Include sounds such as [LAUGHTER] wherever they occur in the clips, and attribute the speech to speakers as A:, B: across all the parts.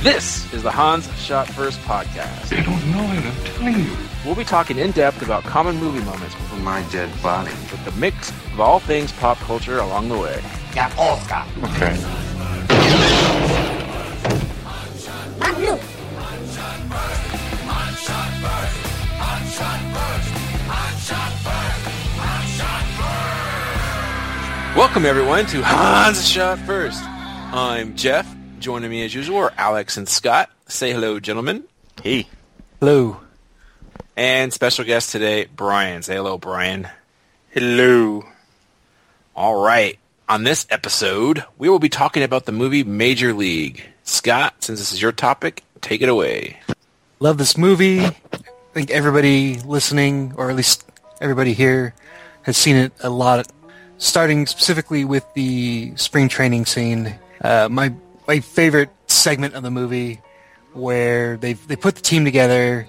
A: This is the Hans Shot First podcast.
B: I don't know it, I'm telling you.
A: We'll be talking in depth about common movie moments
C: for my dead body.
A: with the mix of all things pop culture along the way.
D: Yeah, Polska.
B: Okay.
A: Welcome everyone to Hans Shot First. I'm Jeff. Joining me as usual are Alex and Scott. Say hello, gentlemen. Hey. Hello. And special guest today, Brian. Say hello, Brian. Hello. All right. On this episode, we will be talking about the movie Major League. Scott, since this is your topic, take it away.
E: love this movie. I think everybody listening, or at least everybody here, has seen it a lot. Starting specifically with the spring training scene, uh, my my favorite segment of the movie, where they they put the team together,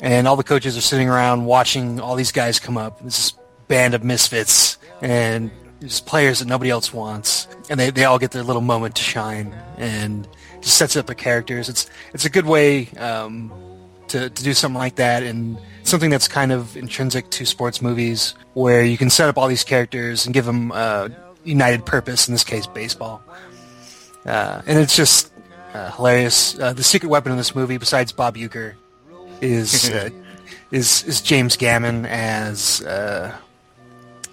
E: and all the coaches are sitting around watching all these guys come up. This band of misfits and just players that nobody else wants, and they, they all get their little moment to shine, and just sets up their characters. It's it's a good way um, to, to do something like that and something that's kind of intrinsic to sports movies where you can set up all these characters and give them a united purpose in this case baseball uh, and it's just uh, hilarious uh, the secret weapon in this movie besides bob Uecker is uh, is is james gammon as uh,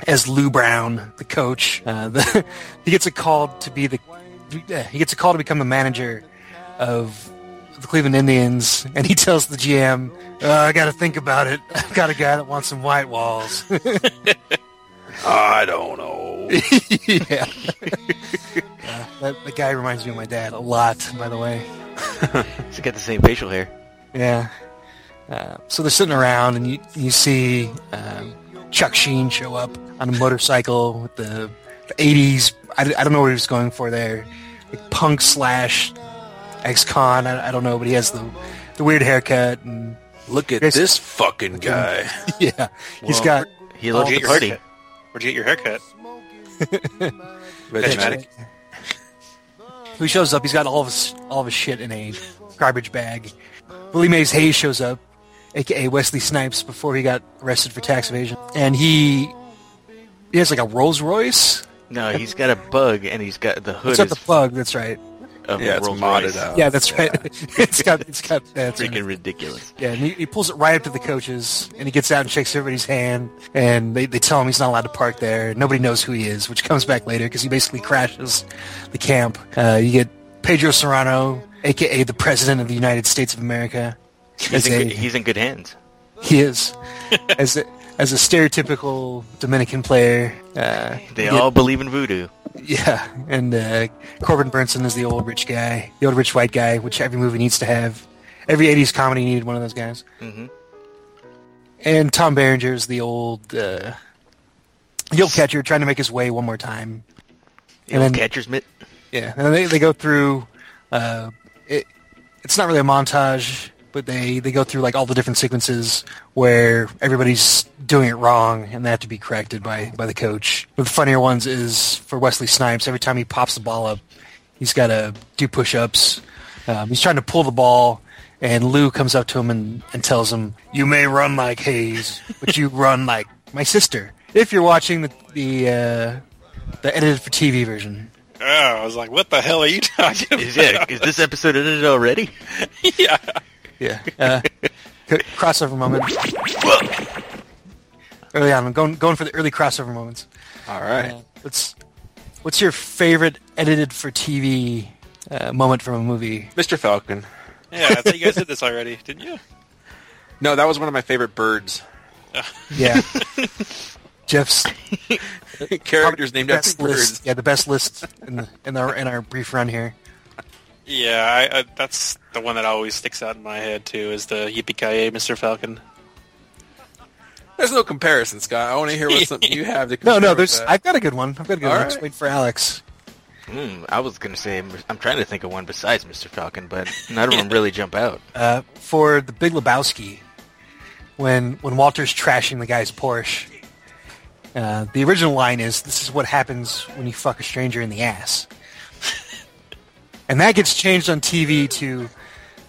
E: as Lou Brown, the coach, uh, the, [LAUGHS] he gets a call to be the uh, he gets a call to become the manager of the Cleveland Indians, and he tells the GM, uh, "I got to think about it. [LAUGHS] I've got a guy that wants some white walls." [LAUGHS]
A: I don't
F: [LAUGHS]
A: know.
E: yeah, Uh, that, that guy reminds me of my dad a lot, by the way.
F: He's got the same facial hair.
E: Yeah. Uh, so they're sitting around, and you you see um, Chuck Sheen show up on a motorcycle with the, the '80s. I, d- I don't know what he was going for there, like punk slash ex-con. I, I don't know, but he has the the weird haircut, and
A: Look at
E: Yes.
A: this fucking guy.
E: yeah, he's got
F: He loves
E: Oh,
F: the party.
G: haircut? Where'd you get your haircut?
A: [LAUGHS] Vegematic.
E: who shows up. He's got all of his, all of his shit in a garbage bag. Willie Mays Hayes shows up, aka Wesley Snipes, before he got arrested for tax evasion, and he he has like a Rolls Royce.
F: No, he's got a bug, and he's got the hood
E: It's not
F: is
E: the plug. That's right.
F: of
A: Yeah,
F: a
A: it's
F: Rolls
A: modded
F: Royce.
A: out.
E: yeah, that's right. [LAUGHS] it's got it's got that's right.
F: Freaking ridiculous.
E: Yeah, and he, he pulls it right up to the coaches, and he gets out and shakes everybody's hand, and they, they tell him he's not allowed to park there. Nobody knows who he is, which comes back later because he basically crashes the camp. Uh, you get Pedro Serrano, aka the President of the United States of America.
F: He's
E: as
F: in,
E: a-
F: good, he's in good hands.
E: he is as a, as a stereotypical Dominican player. Uh,
F: They
E: Yeah.
F: all believe in voodoo.
E: yeah, and uh, Corbin Burnson is the old rich guy, the old rich white guy, which every movie needs to have. Every '80s comedy needed one of those guys.
F: Mhm.
E: And Tom Berenger is the old uh, the old catcher trying to make his way one more time.
F: The
E: And
F: old
E: then-
F: catcher's mitt.
E: Yeah, and they they go through. Uh, it it's not really a montage, but they they go through like all the different sequences where everybody's doing it wrong, and they have to be corrected by by the coach. But the funnier ones is for Wesley Snipes. Every time he pops the ball up, he's got to do push ups. Um, he's trying to pull the ball. And Lou comes up to him and, and tells him, "You may run like Hayes, but you [LAUGHS] run like my sister." If you're watching the the, uh, the edited for TV version,
G: Oh, I was like, what the hell are you [LAUGHS] talking about?
F: Is, yeah, is this episode ended already?
G: yeah.
E: Yeah. Uh, c- crossover moment. Early on, I'm going going for the early crossover moments. Uh,
A: All right.
E: What's what's your favorite edited for TV uh, moment from a movie?
A: Mr. Falcon.
G: Yeah, I thought you guys did this already, didn't you?
A: No, that was one of my favorite [LAUGHS] birds.
E: Yeah. [LAUGHS] Jeff's
A: Characters named after
E: best
A: birds.
E: list. Yeah, the best list in the, in our in our brief run here.
G: Yeah, I, I, that's the one that always sticks out in my head, too, is the Yippee-Ki-Yay, Mr. Falcon.
A: There's no comparison, Scott. I want to hear [LAUGHS] what something you have to
E: No,
A: compare
E: no,
A: with
E: there's
A: that.
E: I've got a good one. I've got a good
A: uh, All
E: one.
A: right.
E: Just wait for Alex.
F: Mm, I was gonna say I'm, I'm trying to think of one besides Mr. Falcon, but none of them really jump out.
E: Uh, for the Big Lebowski, when when Walter's trashing the guy's Porsche, uh, the original line is, "This is what happens when you fuck a stranger in the ass." [LAUGHS] And that gets changed on TV to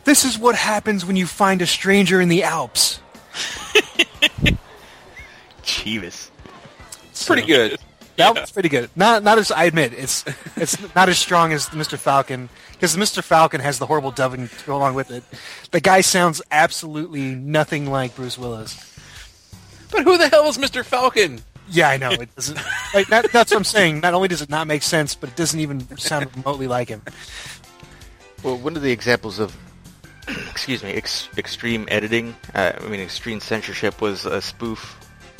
E: this is what happens when you find a stranger in the Alps.
F: Jeebus.
A: It's pretty good.
E: That was pretty good. Not not as I admit it's it's not as strong as the Mr. Falcon because the Mr. Falcon has the horrible dubbing to go along with it. The guy sounds absolutely nothing like Bruce Willis.
A: But who the hell is Mr. Falcon?
E: Yeah, I know it doesn't. Like that, that's what I'm saying. Not only does it not make sense, but it doesn't even sound remotely like him.
F: Well, one of the examples of, excuse me, ex- extreme editing, uh, I mean extreme censorship, was a spoof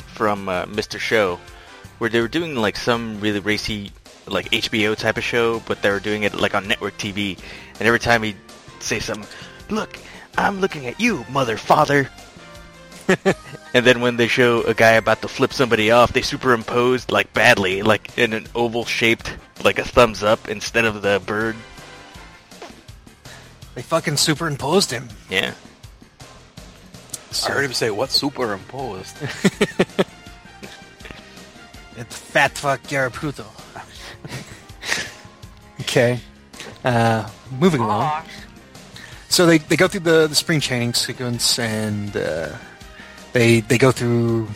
F: from uh, Mr. Show, where they were doing like some really racy, like HBO type of show, but they were doing it like on network TV, and every time he'd say something, look, I'm looking at you, mother, father. [LAUGHS] and then when they show a guy about to flip somebody off, they superimpose like badly, like in an oval shaped, like a thumbs up instead of the bird.
E: They fucking superimposed him.
F: Yeah.
A: I heard him say, "What's superimposed?"
E: It's fat fuck Garaputo. okay. Uh, moving along. So they, they go through the, the spring training sequence and uh, they they go through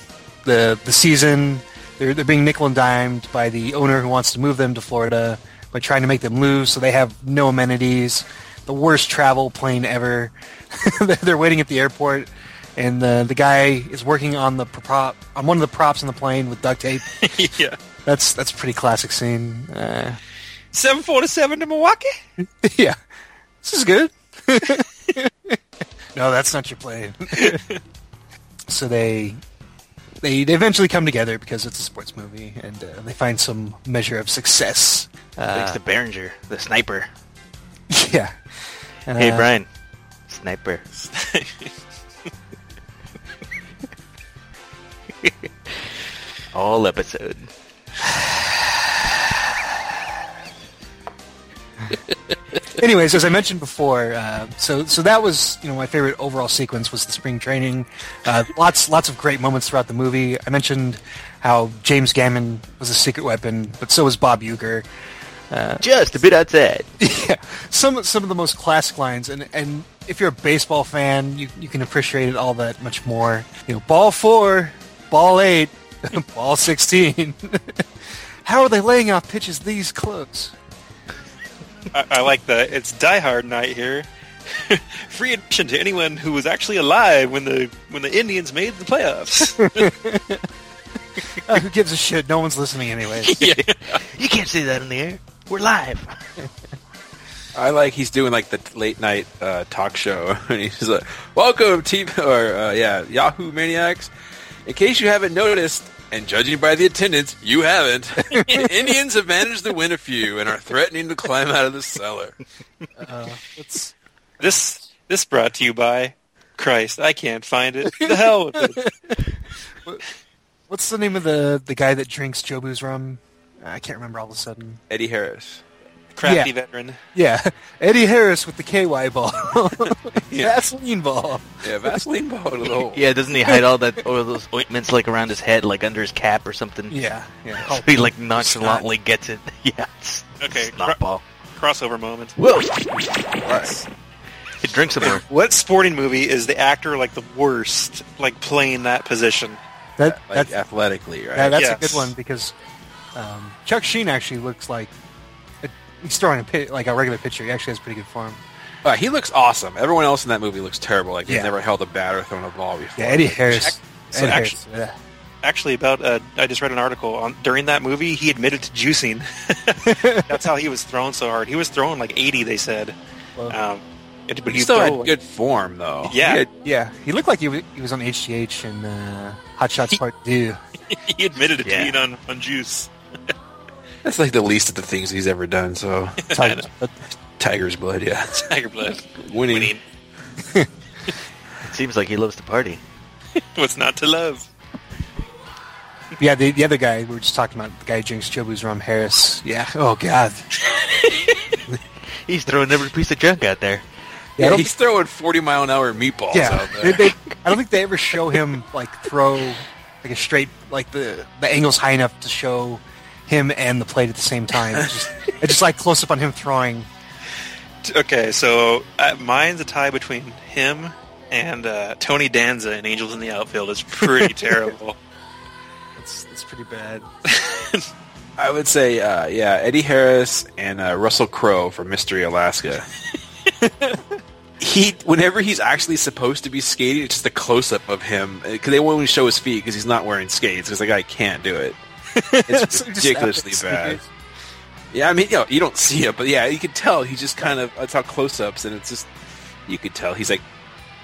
E: the the season. They're, they're being nickel and dimed by the owner who wants to move them to Florida, but trying to make them lose. So they have no amenities, the worst travel plane ever. [LAUGHS] They're- they're waiting at the airport, and the the guy is working on the prop on one of the props on the plane with duct tape.
G: yeah.
E: That's that's a pretty classic scene. [LAUGHS] Uh,
G: Seven forty seven to Milwaukee.
E: yeah, this is good. [LAUGHS] no, that's not your plane. [LAUGHS] so they they they eventually come together because it's a sports movie, and uh, they find some measure of success. [LAUGHS]
F: It's the Behringer, the sniper.
E: Yeah.
F: hey,
E: Uh,
F: Brian. Sniper. [LAUGHS] All episode.
E: Anyways, as I mentioned before, uh, so so that was you know my favorite overall sequence was the spring training. Uh, lots lots of great moments throughout the movie. I mentioned how James Gammon was a secret weapon, but so was Bob Uecker.
F: Just a bit outside. [LAUGHS]
E: some some of the most classic lines, and and if you're a baseball fan, you you can appreciate it all that much more. You know, ball four, ball eight, [LAUGHS] ball sixteen. [LAUGHS] How are they laying off pitches these close?
G: I, I like the it's Die Hard night here. [LAUGHS] Free admission to anyone who was actually alive when the when the Indians made the playoffs. [LAUGHS]
E: Uh, who gives a shit? No one's listening anyways. [LAUGHS]
F: You can't say that in the air. We're live.
A: I like he's doing like the late night uh, talk show, [LAUGHS] and he's like, "Welcome, team, [LAUGHS] or uh, yeah, Yahoo maniacs. In case you haven't noticed, and judging by the attendance, you haven't. [LAUGHS] the Indians have managed to win a few and are threatening to climb out of the cellar.
E: It's-
G: this this brought to you by Christ. I can't find it. The hell with [LAUGHS] it.
E: what's the name of the the guy that drinks Jobu's rum? I can't remember all of a sudden.
A: Eddie Harris.
G: Crafty
E: Yeah.
G: veteran.
E: Yeah, [LAUGHS] Eddie Harris with the KY [LAUGHS] ball, Vaseline ball.
A: Yeah, Vaseline ball to the
E: [LAUGHS]
A: hole.
F: Yeah, doesn't he hide all that all those ointments like around his head, like under his cap or something?
E: Yeah, [LAUGHS] yeah.
F: [LAUGHS] So he like nonchalantly gets it. [LAUGHS] Yeah. It's,
G: Okay,
F: It's not
G: cro-
F: ball.
G: Crossover moment.
F: Whoa.
A: Right.
F: He drinks some more.
G: What sporting movie is the actor like the worst, like playing that position?
E: That,
A: Like
E: that's
A: athletically, right?
E: Yeah, Uh, that's a
G: Yes.
E: good one because um, Chuck Sheen actually looks like a, he's throwing a pit, like a regular pitcher. He actually has pretty good form.
A: Uh, he looks awesome. Everyone else in that movie looks terrible. Like
E: Yeah.
A: they've never held a bat or thrown a ball before.
E: Yeah, Eddie Harris.
G: so
E: Eddie
G: actu-
E: Harris, yeah.
G: Actually, about uh, I just read an article on during that movie he admitted to juicing. [LAUGHS] That's how he was thrown so hard. He was throwing like eighty. They said. Um, it,
A: But
G: but
A: he
G: you
A: still
G: throw,
A: had good form, though.
G: Yeah.
A: He had-
E: Yeah, he looked like he, wa- he was on HGH and uh, Hot Shots Part Two.
G: He admitted to
F: Yeah.
G: being on, on juice.
A: that's like the least of the things he's ever done. [LAUGHS] So
E: Tiger- but
A: Tiger's blood, yeah.
G: Tiger blood.
A: [LAUGHS] Winning.
G: Winning.
F: It seems like he loves to party.
G: What's not to love?
E: yeah, the, the other guy we were just talking about, the guy who drinks Jobu's rum, Harris. Yeah. Oh God.
F: He's throwing every piece of junk out
E: Yeah.
F: there.
E: I
A: Yeah,
E: don't-
A: he's throwing forty mile an hour meatballs
E: yeah.
A: out
E: They,
A: there.
E: they, I don't think they ever show him like throw like a straight like the the angle's high enough to show him and the plate at the same time. It's just, it's just like close up on him throwing.
G: Okay, so uh, mine's a tie between him and uh, Tony Danza in Angels in the Outfield. It's [LAUGHS] pretty terrible.
E: It's, it's pretty bad.
A: I would say, uh, yeah, Eddie Harris and uh, Russell Crowe from Mystery
E: [LAUGHS]
A: Alaska. he, whenever he's actually supposed to be skating, it's just a close up of him because they won't even show his feet because he's not wearing skates because the guy can't do
E: [LAUGHS]
A: it. It's
E: So it just
A: ridiculously
E: happens.
A: bad. Yeah, I mean, you know, you don't see it, but yeah, you could tell he just kind of it's all close ups, and it's just you could tell he's like,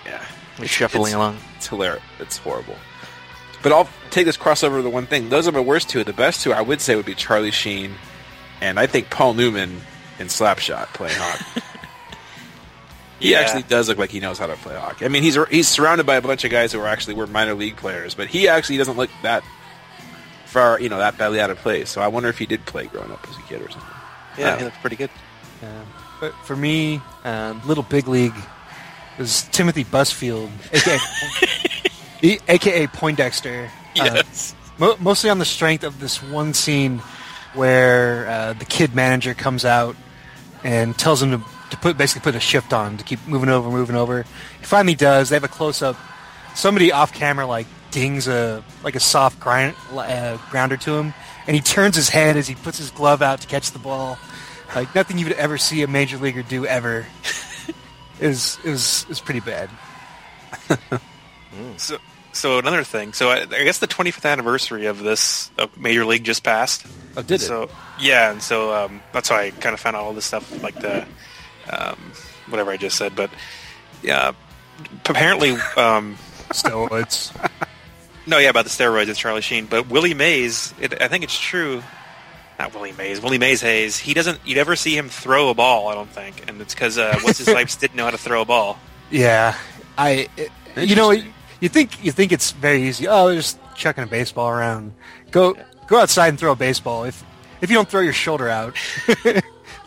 A: yeah,
F: He's shuffling
A: It's-
F: along.
A: It's hilarious. It's horrible. But I'll take this crossover to one thing. Those are my worst two. The best two I would say would be Charlie Sheen, and I think Paul Newman in Slapshot playing
G: [LAUGHS]
A: Hawk. he
G: Yeah.
A: actually does look like he knows how to play Hawk. I mean, he's he's surrounded by a bunch of guys who are actually were minor league players, but he actually doesn't look that far, you know, that badly out of place. So I wonder if he did play growing up as a kid or something.
G: Yeah,
A: Oh.
G: he looked pretty good.
E: Um, but for me, um, Little Big League was Timothy Busfield, aka, [LAUGHS] he- aka Poindexter. uh,
G: Yes.
E: mo- mostly on the strength of this one scene where uh, the kid manager comes out and tells him to, to put basically put a shift on to keep moving over, moving over. He finally does. They have a close up. Somebody off camera like dings a like a soft grind, uh, grounder to him, and he turns his head as he puts his glove out to catch the ball. Like nothing you would ever see a major leaguer do ever. [LAUGHS] it was it was it was pretty bad.
G: So, so another thing. So I, I guess the 25th anniversary of this of Major League just passed.
A: Oh, did it?
G: so, yeah, and so um, that's why I kind of found out all this stuff, like the um, whatever I just said. But yeah, apparently, um,
E: So it's
G: no, yeah, about the steroids and Charlie Sheen. But Willie Mays, it, I think it's true. Not Willie Mays, Willie Mays Hayes. He doesn't. You'd ever see him throw a ball? I don't think, and it's because uh, what's [LAUGHS] his life's didn't know how to throw a ball.
E: Yeah, I. It, you know, you think you think it's very easy. Oh, they're just chucking a baseball around. Go go outside and throw a baseball. If if you don't throw your shoulder out, [LAUGHS]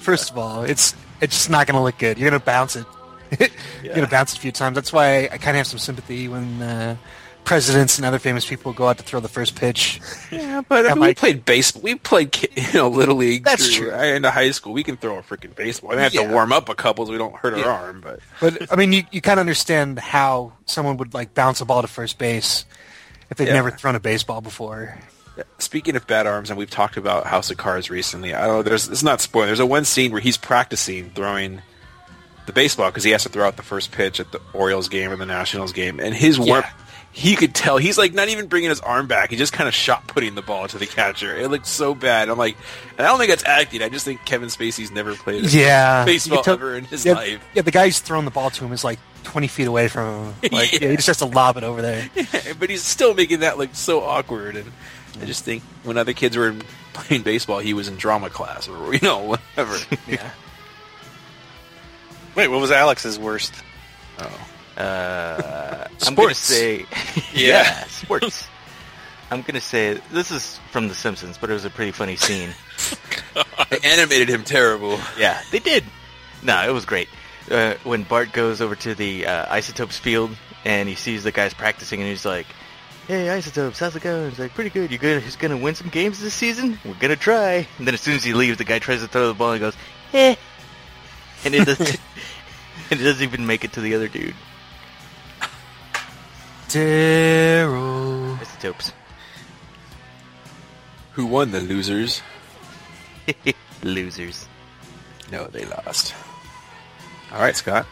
E: first of all, it's it's just not going to look good. You're going to bounce it. [LAUGHS] You're going to bounce it a few times. That's why I kind of have some sympathy when uh, presidents and other famous people go out to throw the first pitch.
A: Yeah, but I
E: Am
A: mean, we
E: I-
A: played baseball. We played, ki- [LAUGHS] you know, little league.
E: That's
A: through,
E: true.
A: I into high school, we can throw a freaking baseball. I mean, I have
E: Yeah.
A: to warm up a couple so we don't hurt our arm. But
E: But I mean, you you kind of understand how someone would like bounce a ball to first base if they've
A: Yeah.
E: never thrown a baseball before.
A: speaking of bad arms, and we've talked about House of Cards recently. I don't know. There's it's not spoiling. There's a one scene where he's practicing throwing the baseball because he has to throw out the first pitch at the Orioles game or the Nationals game, and his warm.
E: Yeah.
A: He could tell he's like not even bringing his arm back. He just kind of shot putting the ball to the catcher. It looked so bad. I'm like, and I don't think it's acting. I just think Kevin Spacey's never played
E: yeah
A: [LAUGHS] baseball
E: You could tell-
A: ever in his
E: yeah,
A: life.
E: Yeah, the guy who's throwing the ball to him is like twenty feet away from
A: [LAUGHS]
E: him. Like, yeah. he just has to lob it over there.
A: but he's still making that look so awkward. And I just think when other kids were playing baseball, he was in drama class or you know whatever.
E: [LAUGHS] Yeah,
G: Wait, what was Alex's worst?
A: oh.
F: Uh, I'm gonna
A: Sports.
F: [LAUGHS] say, yeah, sports. I'm gonna say this is from The Simpsons, but it was a pretty funny scene.
A: They animated him terrible.
F: [LAUGHS] yeah, they did. No, it was great. Uh, when Bart goes over to the uh, isotopes field and he sees the guys practicing, and he's like, "Hey, isotopes, how's it going?" He's like, "Pretty good. You good? Who's gonna win some games this season? We're gonna try." And then as soon as he leaves, the guy tries to throw the ball and goes, "Eh," and it doesn't. [LAUGHS] and it doesn't even make it to the other dude.
E: Daryl.
F: Isotopes. [LAUGHS]
A: Who won the losers?
F: Losers.
A: No, they lost. All right, Scott.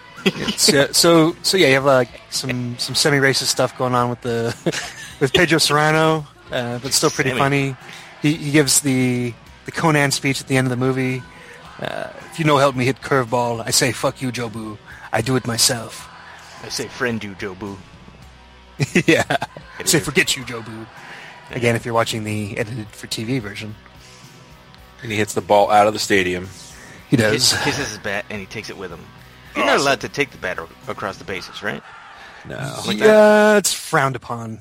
E: so, so so yeah, you have like some some semi-racist stuff going on with the [LAUGHS] with Pedro Serrano, uh, but still pretty
F: Sammy.
E: funny. He, he gives the the Conan speech at the end of the movie. Uh, if you know, help me hit curveball. I say fuck you, Jobu. I do it myself. [LAUGHS]
F: I say friend you, Jobu.
E: yeah. Say forget you, Jobu. Again, if you're watching the edited for TV version,
A: And he hits the ball out of the stadium.
E: he
F: He
E: does.
F: kisses his bat and he takes it with him. You're not allowed to take the bat o- across the bases, right?
A: No.
E: yeah, uh, it's frowned upon.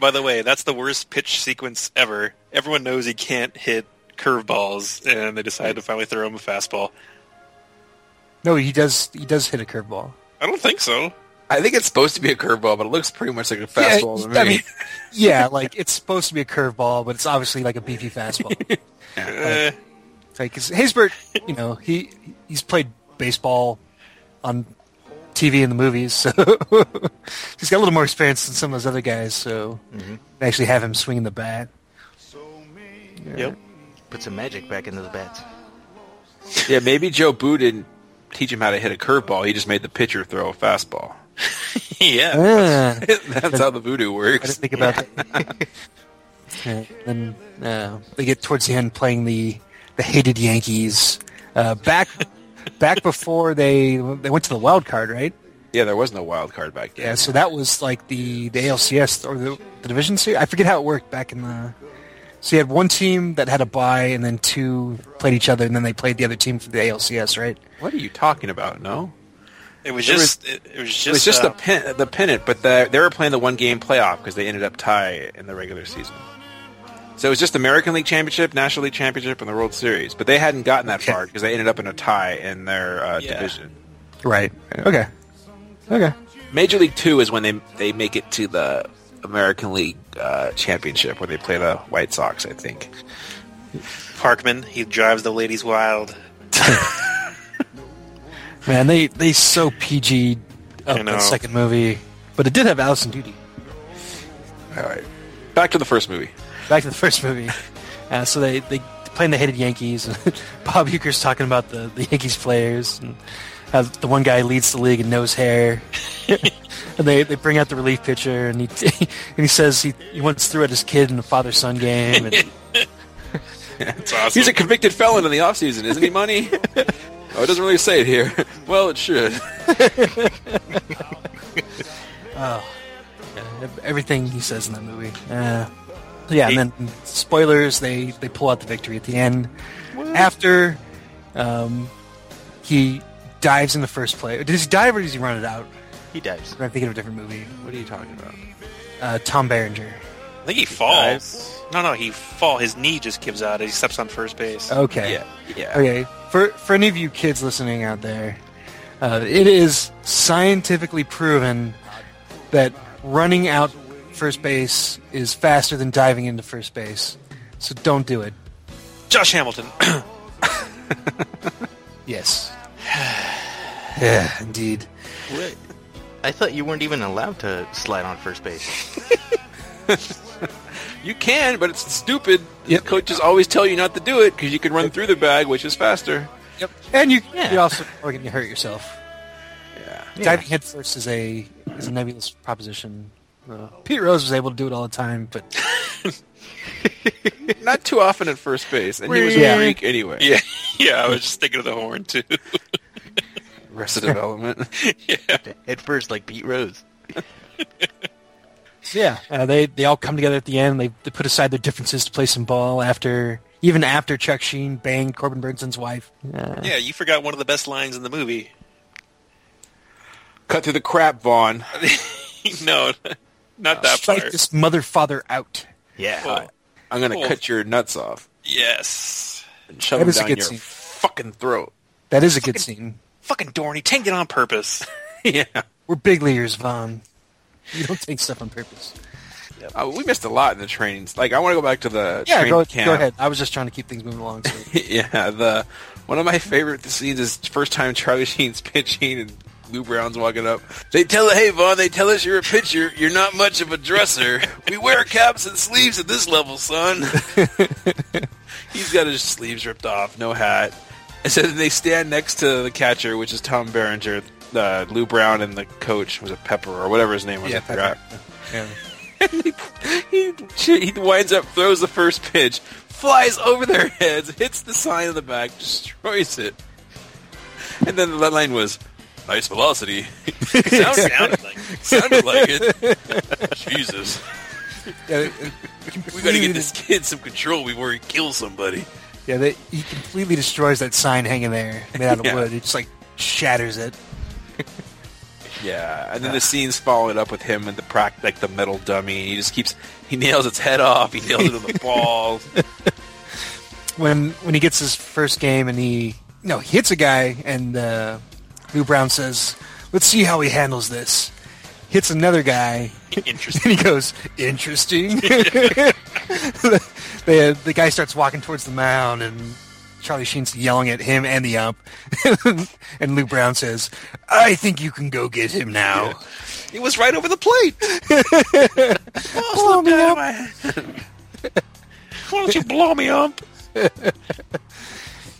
G: By the way, that's the worst pitch sequence ever. Everyone knows he can't hit curveballs, and they decide to finally throw him a fastball.
E: No, he does. He does hit a curveball.
G: I don't think so.
A: I think it's supposed to be a curveball, but it looks pretty much like a fastball to me.
E: I mean, [LAUGHS] [LAUGHS] yeah, like it's supposed to be a curveball, but it's obviously like a beefy fastball.
G: Eh,
E: Like, 'cause Haysbert, you know, he he's played baseball on TV and the movies, so [LAUGHS] he's got a little more experience than some of those other guys. So they actually have him swinging the bat.
G: Yep.
F: Put some magic back in those bats.
A: [LAUGHS] Yeah, maybe Joe Boo didn't teach him how to hit a curveball. He just made the pitcher throw a fastball. [LAUGHS]
G: yeah.
E: Ah, I
A: That's how the voodoo
E: didn't
A: works.
E: think about that. [LAUGHS] Yeah, then uh, they get towards the end playing the the hated Yankees. Uh, back back before they they went to the wild card, right?
A: Yeah, there was no wild card back then.
E: Yeah, so that was like the, the ALCS or the, the division series. I forget how it worked back in the. So you had one team that had a bye, and then two played each other, and then they played the other team for the ALCS, right?
A: What are you talking about? No,
G: It was
A: It was-
G: just. It, it was just.
A: it was just
G: uh,
A: the pin, the pennant, but the, they were playing the one game playoff because they ended up tie in the regular season. So it was just American League Championship, National League Championship, and the World Series. But they hadn't gotten that
E: Okay.
A: far because they ended up in a tie in their uh,
G: Yeah.
A: division.
E: Right. Okay. Okay.
A: Major League Two is when they they make it to the American League uh, Championship where they play the White Sox, I think.
G: Parkman. He drives the ladies wild.
E: Man, they they so PG
G: I
E: up
G: know.
E: that second movie, but it did have Allison Duty.
A: All right, back to the first movie.
E: Back to the first movie. Uh, so they they playing the hated Yankees. [LAUGHS] Bob Euchre's talking about the, the Yankees players, and how the one guy leads the league in nose hair. [LAUGHS] and they, they bring out the relief pitcher, and he [LAUGHS] and he says he, he once threw at his kid in a father son game. And
G: It's awesome.
A: He's a convicted felon in the offseason, isn't he, Money? [LAUGHS] oh, it doesn't really say it here. [LAUGHS] well, it should.
E: everything he says in that movie. Uh, yeah, and then spoilers. They they pull out the victory at the end. After um, he dives in the first play. Does he dive or does he run it out?
F: He dives.
E: I'm thinking of a different movie.
A: What are you talking about?
E: Uh, Tom Berenger.
G: I think he falls. No, no, he fall. His knee just gives out. as He steps on first base.
E: Okay.
A: Yeah, yeah.
E: Okay. For for any of you kids listening out there, uh, it is scientifically proven that running out first base is faster than diving into first base. So don't do it.
G: Josh Hamilton.
E: Yes. [SIGHS] yeah, indeed.
F: What? I thought you weren't even allowed to slide on first base.
A: You can, but it's stupid.
E: Yep.
A: Coaches always tell you not to do it because you can run through the bag, which is faster.
E: Yep. And you
F: Yeah.
E: you also are going to hurt yourself.
A: Yeah.
E: Diving headfirst is a is a nebulous proposition. Uh, Pete Rose was able to do it all the time, but
A: Not too often at first base, and he was
E: Yeah.
A: a freak anyway.
G: yeah, yeah. I was just thinking of the horn too.
A: Arrested Development. [LAUGHS]
F: At first, like Pete Rose.
E: Yeah, uh, they they all come together at the end. They, they put aside their differences to play some ball after, even after Chuck Sheen banged Corbin Burnson's wife.
G: yeah, you forgot one of the best lines in the movie. [LAUGHS]
A: Cut through the crap, Vaughn.
G: no, [LAUGHS] not that
E: Strike
G: part.
E: this mother father out.
F: Yeah.
G: Well,
A: I'm gonna
G: Cool.
A: cut your nuts off
G: yes.
A: and shove
E: That
A: them
E: is a
A: down your
E: good scene.
A: fucking throat. [LAUGHS]
E: That is a good scene.
G: Fucking Dorney tanked it on purpose.
A: yeah.
E: We're big leaders, Vaughn. You don't take stuff on purpose.
A: Uh, we missed a lot in the trains. Like, I want to go back to the
E: Yeah,
A: train
E: go,
A: camp.
E: go ahead. I was just trying to keep things moving along. So.
A: [LAUGHS] yeah, the one of my favorite scenes is first time Charlie Sheen's [LAUGHS] pitching and Lou Brown's walking up. They tell hey Vaughn, they tell us you're a pitcher, you're not much of a dresser. We wear caps and sleeves at this level, son. He's got his sleeves ripped off, no hat. And so then they stand next to the catcher, which is Tom Berenger. Uh, Lou Brown and the coach was a Pepper or whatever his name was.
E: Yeah,
A: I forgot.
E: Yeah.
A: he, he, he winds up, throws the first pitch, flies over their heads, hits the sign in the back, destroys it. And then the line was, nice velocity. [LAUGHS]
G: Sounds sounded like
A: Sounded like it. Jesus.
E: Yeah,
A: We gotta get this kid some control before he kills somebody.
E: yeah they, he completely destroys that sign hanging there made out of
A: Yeah.
E: wood. It just like shatters it.
A: Yeah, and then the scene's followed up with him and the prac, like the metal dummy. He just keeps, he nails its head off, he nails it on [LAUGHS] the balls.
E: when when he gets his first game and he no he hits a guy and uh, Lou Brown says, "Let's see how he handles this." Hits another guy [LAUGHS]
G: interesting.
E: and he goes, [LAUGHS] "Interesting." the, the guy starts walking towards the mound and Charlie Sheen's yelling at him and the ump, [LAUGHS] and Lou Brown says, "I think you can go get him now."
A: He was right over the
E: [LAUGHS]
A: plate. Oh,
E: Blow me up.
G: Why don't you blow me up?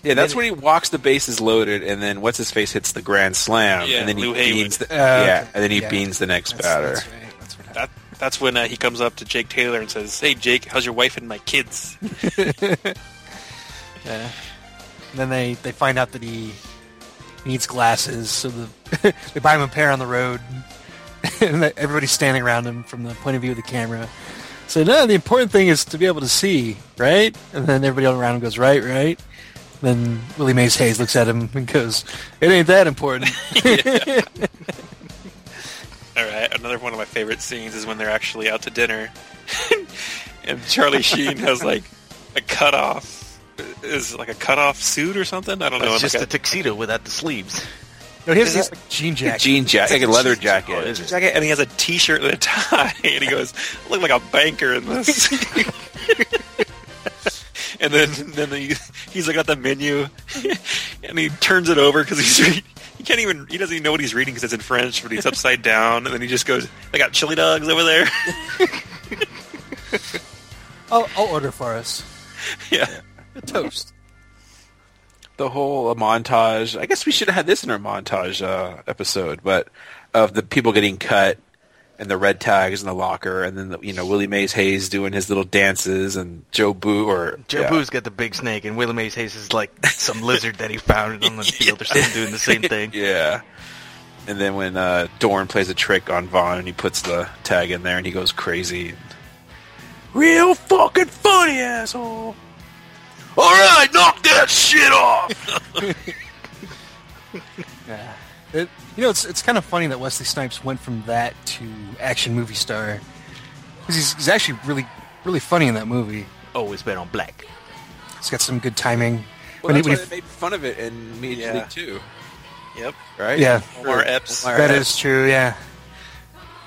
A: Yeah, that's when he walks the bases loaded, and then what's his face hits the grand slam,
G: Yeah,
A: and then he
G: Lou Hayward.
A: beans. The,
E: Uh,
A: yeah, and then he
E: yeah.
A: beans the next
E: That's-
A: batter. [LAUGHS]
E: that's right. That's what happened.
G: That, that's when uh, he comes up to Jake Taylor and says, "Hey, Jake, how's your wife and my kids?"
E: And then they, they find out that he needs glasses, so the, [LAUGHS] they buy him a pair on the road. [LAUGHS] and that- everybody's standing around him from the point of view of the camera. So no, the important thing is to be able to see, right? And then everybody all around him goes, right, right. Then Willie Mays Hayes looks at him and goes, "It ain't that
G: [LAUGHS]
E: important."
G: All right, another one of my favorite scenes is when they're actually out to dinner, [LAUGHS] and Charlie Sheen has like a cutoff, is it like a cutoff suit or something. I don't know.
F: It's just
G: like
F: a tuxedo without the sleeves.
E: no, his
G: Is
E: is
G: that-
E: like jean jacket.
A: Jean jacket, like a leather jacket.
F: Oh, is it?
G: jacket, and he has a T-shirt and a tie, [LAUGHS] and he goes, "I look like a banker in this." [LAUGHS] and then, then he, he's like at the menu, [LAUGHS] and he turns it over because he's re- he can't even he doesn't even know what he's reading because it's in French, but he's upside down, and then he just goes, "They got chili dogs over there." [LAUGHS]
E: I'll, I'll order for us
G: yeah,
E: a [LAUGHS] toast.
A: the whole uh, montage. I guess we should have had this in our montage uh, episode, but of the people getting cut and the red tags in the locker, and then the, you know Willie Mays Hayes doing his little dances, and Joe Boo or
F: Joe
A: yeah.
F: Boo's got the big snake, and Willie Mays Hayes is like some lizard that he
A: [LAUGHS]
F: found on the field or something doing the same thing.
A: Yeah. And then when uh, Dorn plays a trick on Vaughn and he puts the tag in there and he goes crazy. Real fucking funny, asshole. All right, knock that shit off.
E: Yeah. It, you know, it's it's kind of funny that Wesley Snipes went from that to action movie star. 'Cause he's, he's actually really, really funny in that movie.
F: Always been on black.
E: He's got some good timing.
A: [LAUGHS] Well,
E: When he-
A: that's why
E: when
A: they made fun of it in Major
G: Yeah.
A: League Two,
G: yep.
A: right?
E: Yeah.
G: Omar Epps.
E: he- that is true, yeah.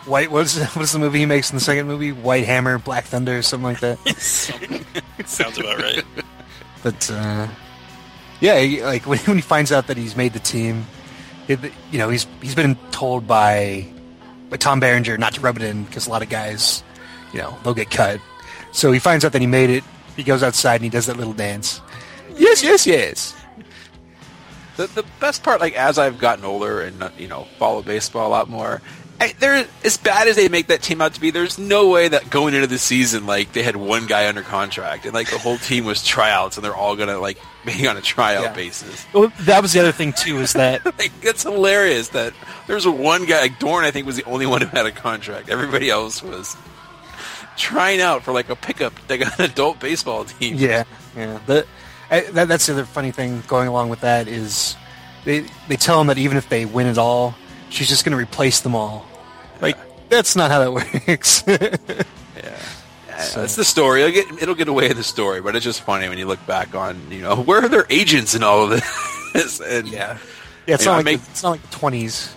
E: White, what's [LAUGHS] what's the movie he makes in the second movie? White Hammer, Black Thunder, something like that. [LAUGHS]
G: Sounds about right.
E: But uh, yeah, he- like [LAUGHS] when, when he finds out that he's made the team, it, you know he's he's been told by by Tom Berenger not to rub it in because a lot of guys, you know, they'll get cut. So he finds out that he made it. He goes outside and he does that little dance. Yes, yes, yes.
A: The, the best part, like as I've gotten older and uh, you know follow baseball a lot more, I, there as bad as they make that team out to be, there's no way that going into the season like they had one guy under contract and like the whole team was tryouts and they're all gonna like [LAUGHS] be on a tryout
E: Yeah.
A: basis.
E: Well, that was the other thing too is [LAUGHS] that
A: Like that's hilarious that there's one guy. Like Dorn, I think was the only one who had a contract. Everybody else was trying out for like a pickup like an adult baseball team.
E: Yeah, yeah. The, I, that, that's the other funny thing going along with that is they they tell him that even if they win it all, she's just going to replace them all. Like that's not how that [LAUGHS] works. So-
A: That's the story. It'll get, it'll get away in the story, but it's just funny when you look back on, you know, where are their agents in all of this? [LAUGHS] and yeah.
E: Yeah, it's
A: Yeah,
E: not
A: I
E: like
A: make-
E: the, it's not like the twenties.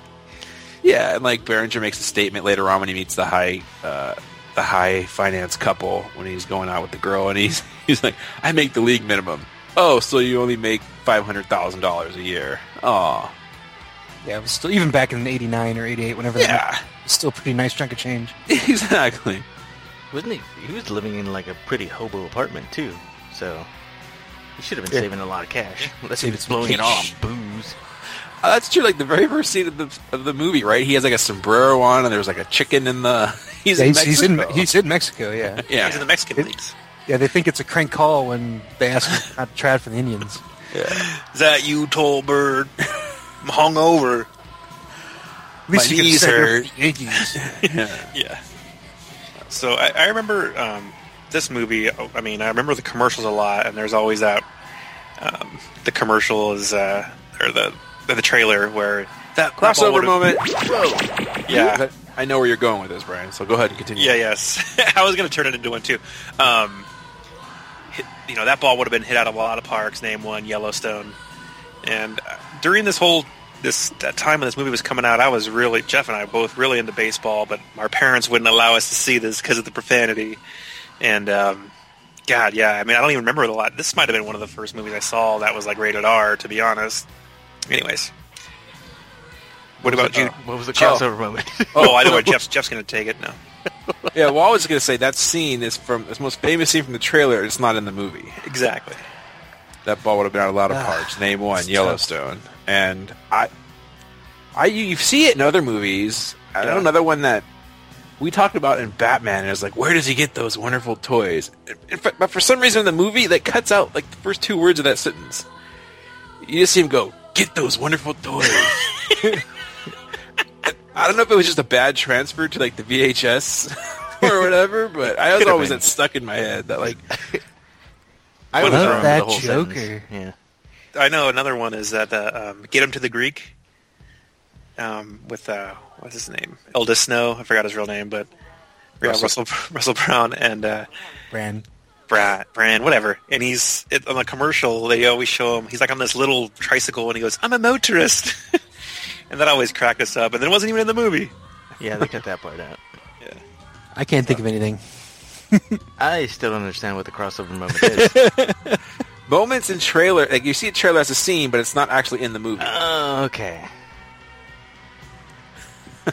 A: Yeah, and like Behringer makes a statement later on when he meets the high uh, the high finance couple when he's going out with the girl and he's [LAUGHS] he's like, I make the league minimum. Oh, so you only make five hundred thousand dollars a year. Oh.
E: Yeah, it was still even back in '89 or '88, whenever. they-
A: Yeah. [LAUGHS]
E: it's still a pretty nice chunk of change.
A: Exactly.
F: Wasn't he? He was living in like a pretty hobo apartment too, so he should have been saving a lot of cash. Unless he
E: Saving
F: was blowing it all on booze.
A: Uh, that's true. Like the very first scene of the of the movie, right? He has like a sombrero on, and there's like a chicken in the. [LAUGHS] He's,
E: Yeah,
A: in
E: he's, he's in
A: Mexico.
E: he's in Mexico.
A: [LAUGHS]
E: Yeah,
A: [LAUGHS] yeah.
G: He's in the Mexican leagues.
E: yeah. They think it's a crank call when they ask him not to try out for the Indians.
G: Is that you, tall bird? I'm hungover.
E: At least
A: My
E: you
A: knees
E: can say [LAUGHS]
A: hurt.
E: the Yankees.
G: Yeah. So I, I remember um, this movie. I mean, I remember the commercials a lot, and there's always that um, the commercial is uh, or the or the trailer where that that ball
A: crossover
G: would've-
A: moment.
G: Yeah.
A: That- I know where you're going with this, Brian. So go ahead and continue.
G: Yeah, yes. [LAUGHS] I was going to turn it into one too. Um, hit, you know, that ball would have been hit out of a lot of parks. Name one, Yellowstone. And uh, during this whole this that time when this movie was coming out, I was really Jeff and I were both really into baseball, but our parents wouldn't allow us to see this because of the profanity. And um, God, yeah. I mean, I don't even remember it a lot. This might have been one of the first movies I saw that was like rated R, to be honest. Anyways, what about you?
F: Uh, what was the
A: Joe.
F: crossover [LAUGHS] moment?
G: Oh, I know where Jeff's Jeff's going to take it now.
A: Yeah, well, I was going to say that scene is from this most famous scene from the trailer. It's not in the movie.
G: Exactly.
A: That ball would have been out of a lot of parts. Name one,
E: it's
A: Yellowstone, and I, I you, you see it in other movies. I know another one that we talked about in Batman. And it's like, where does he get those wonderful toys? In fact, but for some reason in the movie, that cuts out like the first two words of that sentence. You just see him go, "Get those wonderful toys." [LAUGHS] I don't know if it was just a bad transfer to like the VHS [LAUGHS] or whatever, but I was
F: Could've
A: always
F: been.
A: that stuck in my head that like
F: I
G: What
F: was
G: about
F: wrong with
E: that
F: the whole sentence.
E: Joker?
F: Yeah.
G: I know another one is that uh, um, get him to the Greek um, with uh, what's his name, Eldest Snow. I forgot his real name, but yeah,
A: Russell.
G: Russell. [LAUGHS] Russell Brown and uh,
E: Brand.
G: Brad Brand, whatever. And he's it, on the commercial. They always show him. He's like on this little tricycle, and he goes, "I'm a motorist," [LAUGHS] and that always cracked us up. And then it wasn't even in
F: [LAUGHS]
G: the movie.
F: Yeah, they cut that part out.
E: I can't think of anything.
F: I still don't understand what the crossover moment
E: [LAUGHS]
F: is.
A: moments in trailer like you see a trailer as a scene but it's not actually in the movie
F: [LAUGHS] oh, okay.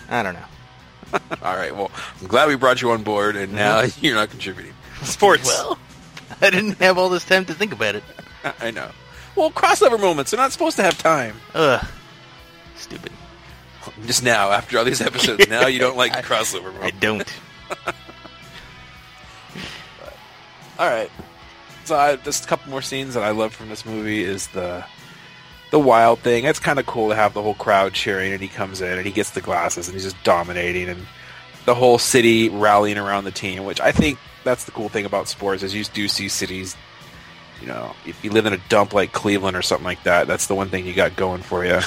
F: I don't know.
A: all right well i'm glad we brought you on board and now [LAUGHS] you're not contributing
G: Sports.
F: Well, I didn't have all this time to think about it.
A: i know well crossover moments they're not supposed to have time
F: Ugh. Stupid.
A: just now after all these episodes now you don't like crossover
F: I
A: moments
F: don't.
A: all right so I, just a couple more scenes that i love from this movie is the the wild thing it's kind of cool to have the whole crowd cheering and he comes in and he gets the glasses and he's just dominating and the whole city rallying around the team which i think that's the cool thing about sports is you do see cities you know, if you live in a dump like Cleveland or something like that, that's the one thing you got going for [LAUGHS] you.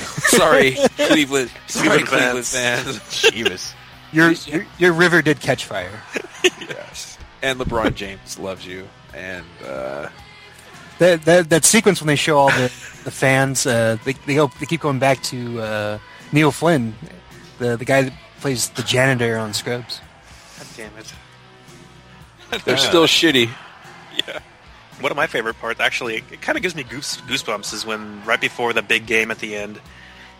A: Sorry, [LAUGHS] Cleveland. Sorry,
G: Cleveland
A: Cleveland
G: fans.
A: fans.
F: Jeebus.
E: Your, your your river did catch fire.
A: Yes. And LeBron James loves you. And uh,
E: That, that that sequence when they show all the the fans, uh, they they, go, they keep going back to uh, Neil Flynn, the the guy that plays the janitor on Scrubs.
G: God damn
A: [LAUGHS]
G: it.
A: they're still shitty.
G: Yeah. One of my favorite parts, actually, it, kind of gives me goose, goosebumps, is when right before the big game at the end,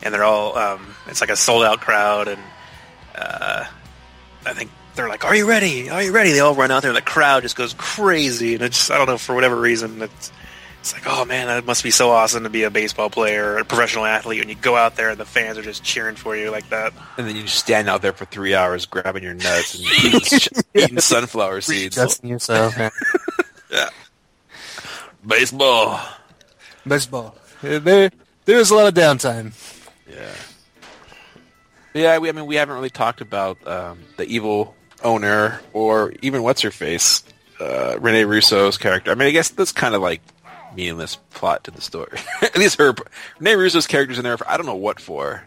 G: and they're all, um, it's like a sold out crowd, and uh, I think they're like, "Are you ready? Are you ready?" They all run out there, and the crowd just goes crazy, and it's just, I don't know for whatever reason, it's it's like, oh man, that must be so awesome to be a baseball player, or a professional athlete, and you go out there and the fans are just cheering for you like that.
A: And then you just stand out there for three hours grabbing your nuts and eating, sh- eating sunflower seeds.
E: Dusting yourself. yeah.
A: Baseball.
E: Baseball. Uh, There there was a lot of downtime.
A: Yeah. Yeah, we, I mean, we haven't really talked about um, the evil owner or even what's her face, uh, Rene Russo's character. I mean, I guess that's kind of like meaningless plot to the story. [LAUGHS] At least her Rene Russo's character's in there for I don't know what for.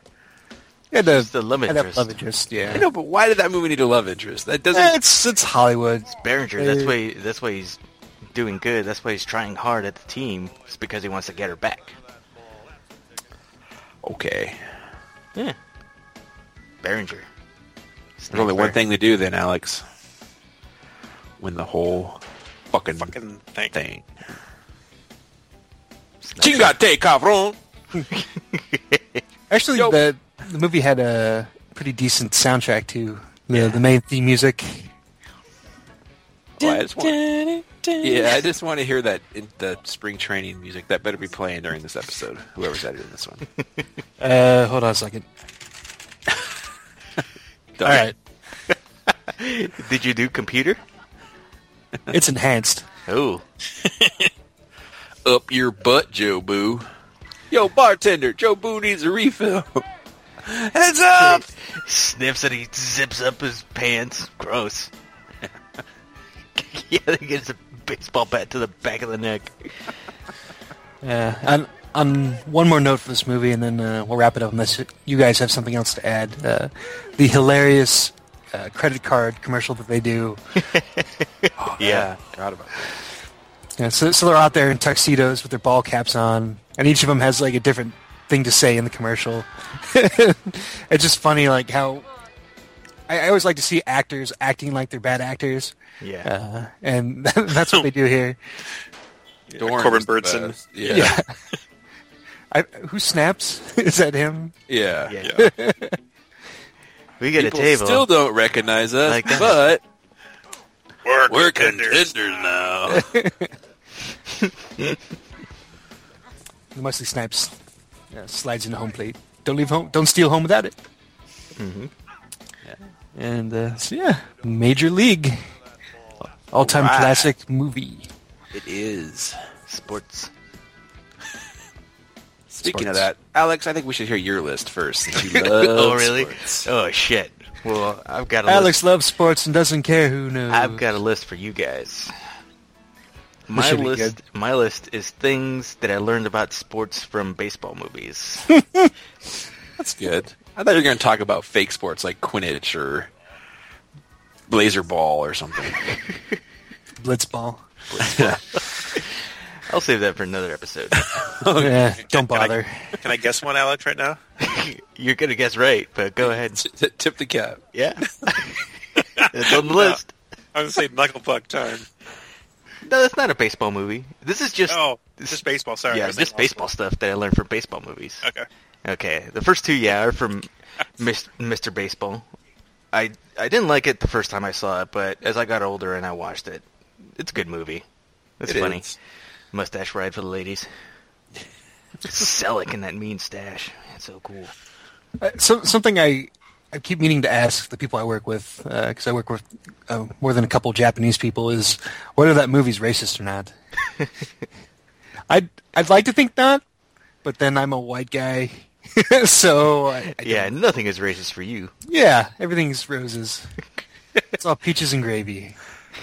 E: Yeah,
F: It's the love interest.
E: love interest.
A: I
E: Yeah.
A: know, but why did that movie need a love interest? That doesn't.
E: Eh, It's it's Hollywood.
F: Behringer, that's why that's why he's doing good. That's why he's trying hard at the team. It's because he wants to get her back.
A: Okay,
F: Yeah. Behringer.
A: there's only one thing to do then, Alex. Win the whole fucking,
G: Fucking thing.
A: thing.
F: Sniper.
A: Chingate, cabron.
E: Actually,
A: Yo.
E: the the movie had a pretty decent soundtrack too. The the main theme music.
A: Oh, I just want, yeah, I just want to hear that in the spring training music. That better be playing during this episode. Whoever's editing this [LAUGHS] one.
E: Uh, hold on a second. All right,
F: Did you do computer?
E: it's enhanced.
F: Oh.
A: [LAUGHS] Up your butt, Joe Boo. Yo, bartender, Joe Boo needs a refill. [LAUGHS] Heads up! [LAUGHS]
F: Sniffs and he zips up his pants. Gross. [LAUGHS] yeah, he gets a baseball bat to the back of the neck.
E: Yeah. On, on one more note for this movie, and then uh, we'll wrap it up unless you guys have something else to add. Uh, the hilarious uh, credit card commercial that they do.
F: yeah.
A: Forgot about that.
E: Yeah, so, so they're out there in tuxedos with their ball caps on, and each of them has like a different [LAUGHS] thing to say in the commercial. it's just funny, like how I, I always like to see actors acting like they're bad actors,
F: Yeah.
E: uh, and [LAUGHS] that's what they do here.
A: Dorn
G: Corbin
A: was the
G: Birdson.
A: best.
E: Yeah.
A: Yeah.
E: [LAUGHS] I, who snaps? [LAUGHS] Is that him?
A: Yeah.
F: yeah.
G: yeah.
F: We get
A: People
F: a table.
A: still don't recognize us,
F: Like that.
A: but
G: We're,
A: we're
G: contenders.
A: contenders now.
E: Wesley Snipes uh, slides into home plate. Don't leave home. Don't steal home without it. And uh, so yeah, Major League, all-time
A: Alright.
E: classic movie.
A: [LAUGHS] it is.
F: Sports.
A: Speaking of that,
E: Sports.
A: Alex, I think we should hear your list first. since [LAUGHS] you love
F: [LAUGHS] oh really?
A: Uh, sports.
F: Oh shit. Well, I've got a
E: Alex
F: list.
E: loves sports and doesn't care who knows.
F: I've got a list for you guys. My
E: should be
F: list.
E: good.
F: My list is things that I learned about sports from
E: [LAUGHS]
F: baseball movies.
A: That's good. I thought you were going to talk about fake sports like Quidditch or Blazer Ball or something.
E: blitzball.
F: I'll save that for another episode. [LAUGHS]
E: Yeah, don't
G: Can I-
E: bother.
G: Can I guess one, Alex, right now?
F: You're gonna guess right, but go
A: [LAUGHS]
F: ahead.
A: T- t- tip the cap.
E: [LAUGHS]
F: Yeah. That's on the list.
G: I was going to say knuckle puck time.
F: No, that's not a baseball movie. This is just
G: Oh, just baseball. Sorry. I
F: yeah,
G: was
F: just
G: thinking
F: baseball stuff that I learned from baseball movies.
G: also- Okay.
F: Okay, the first two, yeah, are from Mis- Mr. Baseball. I I didn't like it the first time I saw it, but as I got older and I watched it, it's a good movie. It's
A: It
F: funny.
A: is.
F: Mustache ride for the ladies. Selleck and that mean stash. It's so cool.
E: Uh, so, something I, I keep meaning to ask the people I work with, because I work with uh, more than a couple Japanese people, is whether that movie's racist or not. I'd I'd like to think not, but then I'm a white guy, [LAUGHS] so I, I
F: Yeah,
E: don't-
F: nothing is racist for you.
E: yeah, everything's roses. it's all peaches and gravy.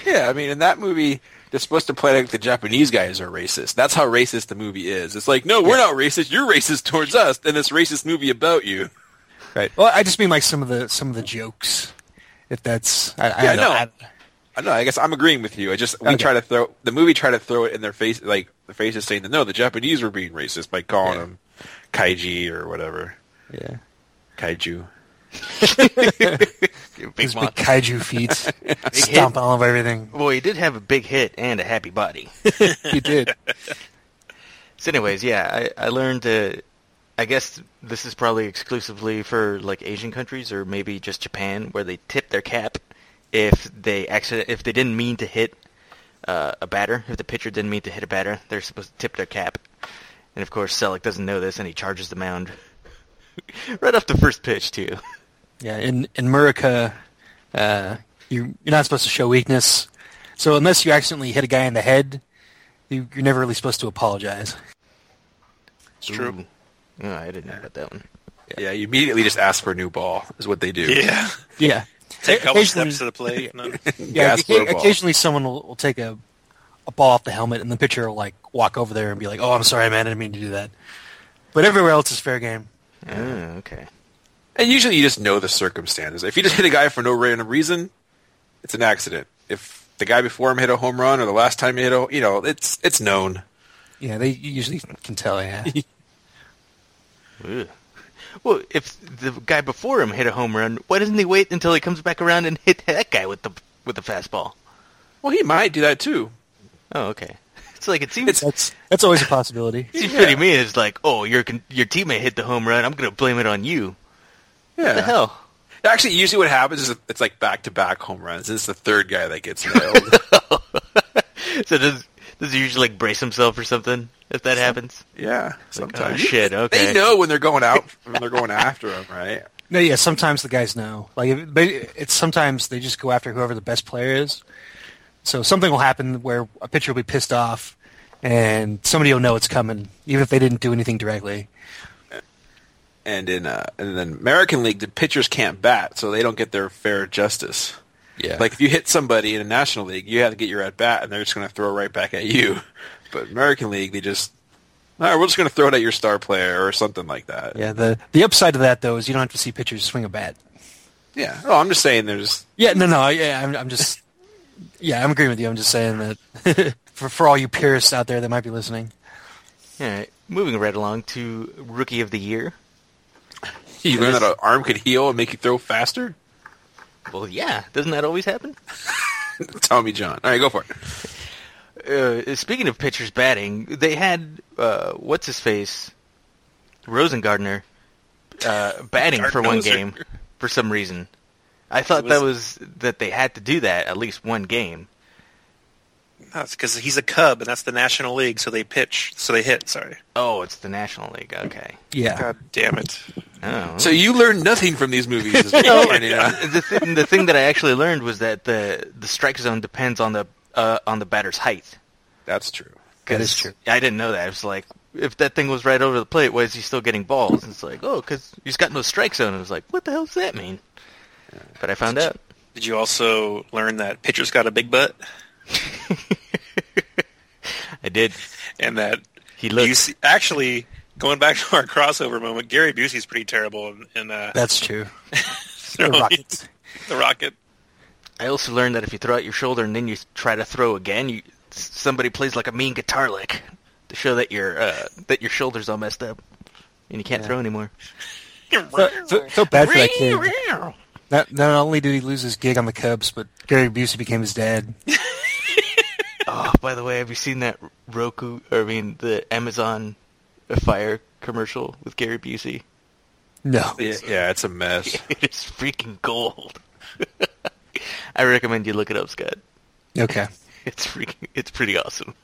A: Yeah, I mean, in that movie, they're supposed to play like the Japanese guys are racist. That's how racist the movie is. It's like, no, we're not racist. You're racist towards us and this racist movie about you.
E: Right. Well, I just mean like some of the some of the jokes. If that's I, I
A: Yeah,
E: don't-
A: no.
E: I-
A: I know. I guess I'm agreeing with you. I just we
E: Okay.
A: try to throw the movie try to throw it in their face, like the face is saying that no, the Japanese were being racist by calling them kaiji or whatever
E: yeah.
A: kaiju.
F: Big
E: Those
F: Mom.
E: big kaiju feet stomp all over everything.
F: Well, he did have a big hit and a happy body.
E: You did.
F: So, anyways, yeah, I, I learned. Uh, I guess this is probably exclusively for like Asian countries or maybe just Japan, where they tip their cap if they accident if they didn't mean to hit uh, a batter. If the pitcher didn't mean to hit a batter, they're supposed to tip their cap. And of course, Selleck doesn't know this, and he charges the mound [LAUGHS] right off the first pitch too.
E: Yeah, in in Murica, uh, you you're not supposed to show weakness. So unless you accidentally hit a guy in the head, you, you're never really supposed to apologize.
G: It's true.
F: Ooh. Oh, I didn't know about that one.
A: Yeah. you immediately just ask for a new ball is what they do.
G: Yeah.
E: [LAUGHS] Yeah,
G: Take a couple
E: Occasionally-
G: steps to the plate. No.
E: Yeah,
A: Gas
E: occa-
A: for a ball.
E: occasionally someone will, will take a a ball off the helmet, and the pitcher will like walk over there and be like, "Oh, I'm sorry, man, I didn't mean to do that." But everywhere else is fair game.
F: Oh, okay.
A: And usually you just know the circumstances. If you just hit a guy for no random reason, it's an accident. If the guy before him hit a home run or the last time he hit a, you know, it's it's known.
E: Yeah, they you usually can tell. Yeah,
F: Ugh. Well, if the guy before him hit a home run, why doesn't he wait until he comes back around and hit that guy with the with the fastball?
A: Well, he might do that too.
F: Oh, okay. [LAUGHS] It's like it seems,
E: [LAUGHS]
F: it
E: that's that's always a possibility.
F: seems
A: yeah.
F: pretty mean. It's like, oh, your con- your teammate hit the home run. I'm gonna blame it on you.
A: Yeah.
F: What the hell?
A: Actually, usually what happens is it's like back to back home runs. It's the third guy that gets
E: [LAUGHS]
A: nailed.
F: So does does he usually like brace himself or something if that happens?
A: yeah,
F: Oh
A: sometimes [LAUGHS]
F: shit.
A: they
F: Okay.
A: know when they're going out when they're going after him, [LAUGHS] right?
E: No, yeah, sometimes the guys know. Like, if, but it's sometimes they just go after whoever the best player is. So something will happen where a pitcher will be pissed off, and somebody will know it's coming, even if they didn't do anything directly.
A: And in uh, and then American League, the pitchers can't bat, so they don't get their fair justice.
E: [LAUGHS] Yeah.
A: Like if you hit somebody in the National League, you have to get your at bat, and they're just going to throw right back at you. But American League, they just all right, we're just going to throw it at your star player or something like that.
E: Yeah. The the upside of that though is you don't have to see pitchers swing a bat.
A: Yeah. Oh, I'm just saying, there's
E: Yeah. No. No. Yeah. I'm. I'm just. Yeah, I'm agreeing with you. I'm just saying that [LAUGHS] for for all you purists out there that might be listening.
F: All right. Moving right along to rookie of the year.
A: you learn that an arm could heal and make you throw faster.
F: Well, yeah. Doesn't that always happen?
A: Tommy John. All right, go for it.
F: Uh, speaking of pitchers batting, they had uh, what's his face, Rosengartner, uh, batting for one
G: Gardnoser.
F: game for some reason. I thought that was that they had to do that at least one game.
G: That's because he's a Cub, and that's the National League, so they pitch, so they hit. Sorry.
F: Oh, it's the National League. Okay.
E: Yeah.
G: God damn it.
F: Oh.
A: So you learned nothing from these movies. Is [LAUGHS] what you're finding out.
F: the, thing, the thing that I actually learned was that the the strike zone depends on the uh, on the batter's height.
A: That's true.
F: 'Cause
E: That is true.
F: I didn't know that. I was like, if that thing was right over the plate, why is he still getting balls? And it's like, oh, because he's got no strike zone. And I was like, what the hell does that mean? But I found out.
G: Did you also learn that pitchers got a big butt,
F: I did.
G: and that
F: He looked.
G: Busey- actually going back [LAUGHS] to our crossover moment, Gary Busey's pretty terrible in, in uh,
A: [LAUGHS]
E: That's true.
G: throwing-
A: Oh,
E: Rockets.
G: [LAUGHS] the Rocket.
F: I also learned that if you throw out your shoulder and then you try to throw again, you s- somebody plays like a mean guitar lick to show that your uh, that your shoulder's all messed up and you can't throw anymore.
E: So, so, so bad for that kid. Not, not only did he lose his gig on the Cubs, but Gary Busey became his dad.
F: Oh, by the way, have you seen that Roku? Or I mean, the Amazon Fire commercial with Gary Busey?
E: No.
A: Yeah, yeah, it's a mess.
F: [LAUGHS] It is freaking gold. [LAUGHS] I recommend you look it up, Scott.
E: Okay.
F: It's freaking. It's pretty awesome.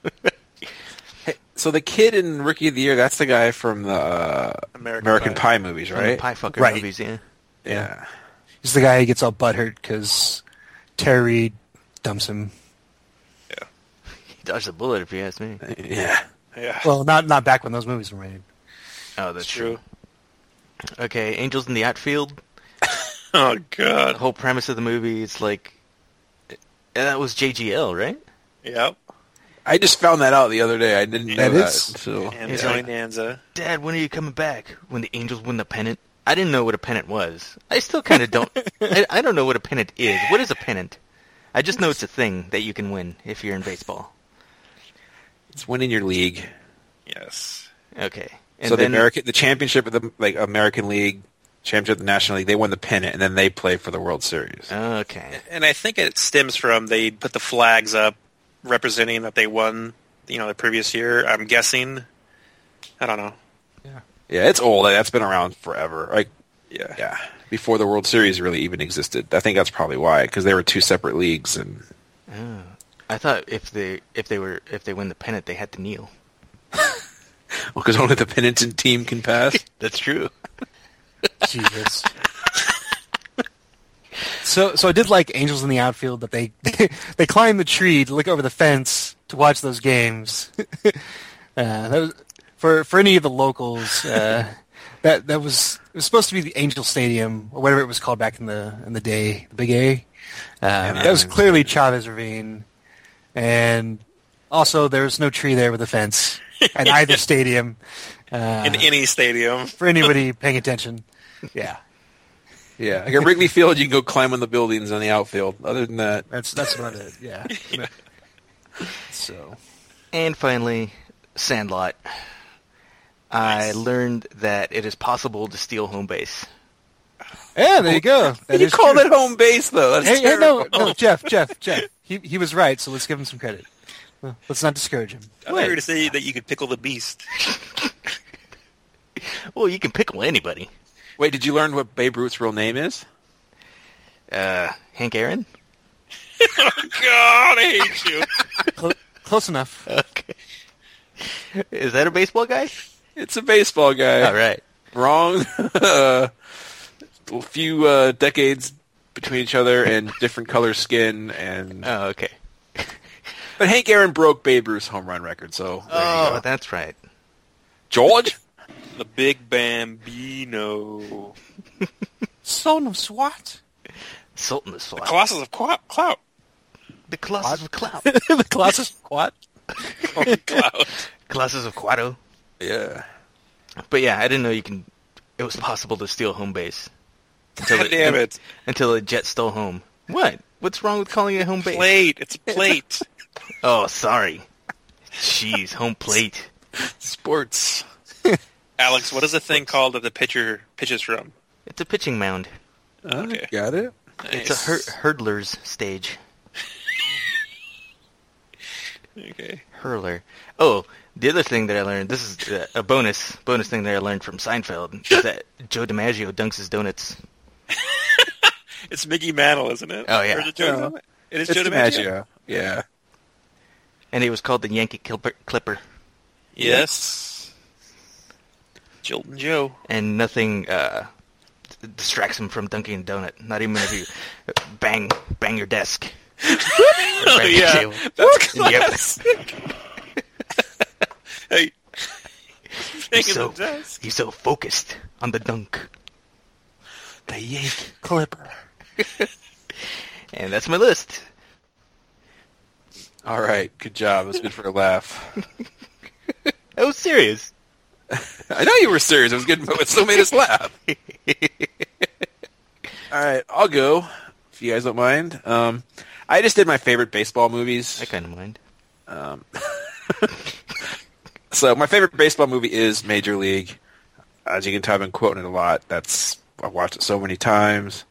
A: So the kid in Rookie of the Year, that's the guy from the uh,
G: American
A: American,
G: Pie.
A: Pie. movies, [LAUGHS] right?
F: Pie fucker
E: Right.
F: movies, yeah.
A: Yeah.
E: He's the guy who gets all butthurt because Terry Reed dumps him.
F: He dodged a bullet, if you ask me.
A: yeah,
G: Yeah,
E: Well, not not back when those movies were made.
F: Oh, that's
G: it's true.
F: Okay, Angels in the Outfield.
G: Oh
F: The
G: god.
F: whole premise of the movie is like, and that was JGL, right?
G: Yep.
A: I just found that out the other day. I didn't know
E: That
A: that.
E: is-
A: So
G: And uh,
F: It's
G: Tony
F: like-
G: Danza.
F: Dad, when are you coming back? When the Angels win the pennant? I didn't know what a pennant was. I still kind of don't. I, I don't know what a pennant is. What is a pennant? I just know it's a thing that you can win if you're in baseball.
A: it's winning your league.
G: Yes.
F: Okay.
A: so the American, the championship of the like American League, championship of the National League, they won the pennant, and then they play for the World Series.
F: Okay.
G: And I think it stems from they put the flags up representing that they won, you know, the previous year. I'm guessing. I don't know.
A: yeah, it's old. That's been around forever. Like,
G: Yeah.
A: yeah, before the World Series really even existed. I think that's probably why, because they were two separate leagues, and [LAUGHS]
F: I thought if they if they were if they win the pennant they had to kneel.
A: because only the penitent team can pass.
F: That's true.
E: Jesus. so so I did like Angels in the Outfield that they [LAUGHS] they climbed the tree to look over the fence to watch those games. [LAUGHS] uh, that was for for any of the locals. Uh, that that was it was supposed to be the Angel Stadium or whatever it was called back in the in the day, the Big A. Uh, that was clearly Chavez Ravine, and also there was no tree there with a fence at either stadium
G: In any stadium.
E: for anybody paying attention. Yeah.
A: [LAUGHS] yeah, like at Wrigley Field, you can go climb on the buildings on the outfield. Other than that,
E: That's that's about it.
A: [LAUGHS]
E: Yeah.
A: so
F: And finally, Sandlot. I learned that it is possible to steal home base.
E: Yeah, there you go. That
A: you
E: is
A: call
E: true.
A: it home base though. That's
E: Hey, hey,
A: terrible.
E: no, no, Jeff, Jeff, Jeff. He he was right, so let's give him some credit. Well, Let's not discourage him.
G: I thought you were to say that you could pickle the beast. [LAUGHS]
F: Well, you can pickle anybody.
A: Wait, did you learn what Babe Ruth's real name is?
F: Uh, Hank Aaron.
G: God, I hate you.
E: Cl- close
F: [LAUGHS]
E: enough.
F: Okay. Is that a baseball [LAUGHS] guy?
A: It's a baseball guy.
F: All right.
A: Wrong. [LAUGHS] A few uh, decades between each other and different color skin. And
F: Oh, okay.
A: but Hank Aaron broke Babe Ruth's home run record. So there you
F: Oh,
A: go.
F: that's right.
A: George.
G: The Big Bambino.
E: Son of SWAT.
F: Sultan the Slot.
G: Colossus of Clou- [LAUGHS] Clout.
F: the Colossus of Clout. [LAUGHS]
E: the Colossus Quad.
G: Clout.
F: Colossus of Quado.
A: Yeah.
F: But yeah, I didn't know you can. It was possible to steal home base. Until
G: God damn [LAUGHS] it.
F: Until a jet stole home. What? What's wrong with calling it home base?
G: Plate. It's a [LAUGHS] plate.
F: Oh, sorry. Jeez, home plate.
A: Sports.
G: Alex, what is the thing called that the pitcher pitches from?
F: It's a pitching mound.
A: Got it.
F: It's a hur- hurdler's stage.
G: Okay.
F: Hurler. Oh, the other thing that I learned. This is uh, a bonus bonus thing that I learned from Seinfeld is that Joe DiMaggio dunks his donuts.
G: It's Mickey Mantle, isn't it?
F: Oh, yeah.
G: Or is it, Joe,
A: Yeah.
G: it is
A: It's
G: Joe DiMaggio.
A: DiMaggio. Yeah.
F: And it was called the Yankee Clipper. Clipper.
G: Yes. Jilton Joe.
F: and nothing uh, d- distracts him from dunking a donut. Not even if you bang bang your desk. oh,
G: yeah. That's [LAUGHS] Hey. Thinking
F: so-
G: of desk.
F: He's so focused on the dunk.
A: The Yank Clipper.
F: [LAUGHS] And that's my list.
A: All right. Good job. It was good for a laugh. [LAUGHS]
F: I was serious.
A: I know you were serious. It was good, but it still made us laugh. All right. I'll go if you guys don't mind. Um, I just did my favorite baseball movies.
F: I kind of mind.
A: So my favorite baseball movie is Major League. As you can tell, I've been quoting it a lot. That's I've watched it so many times.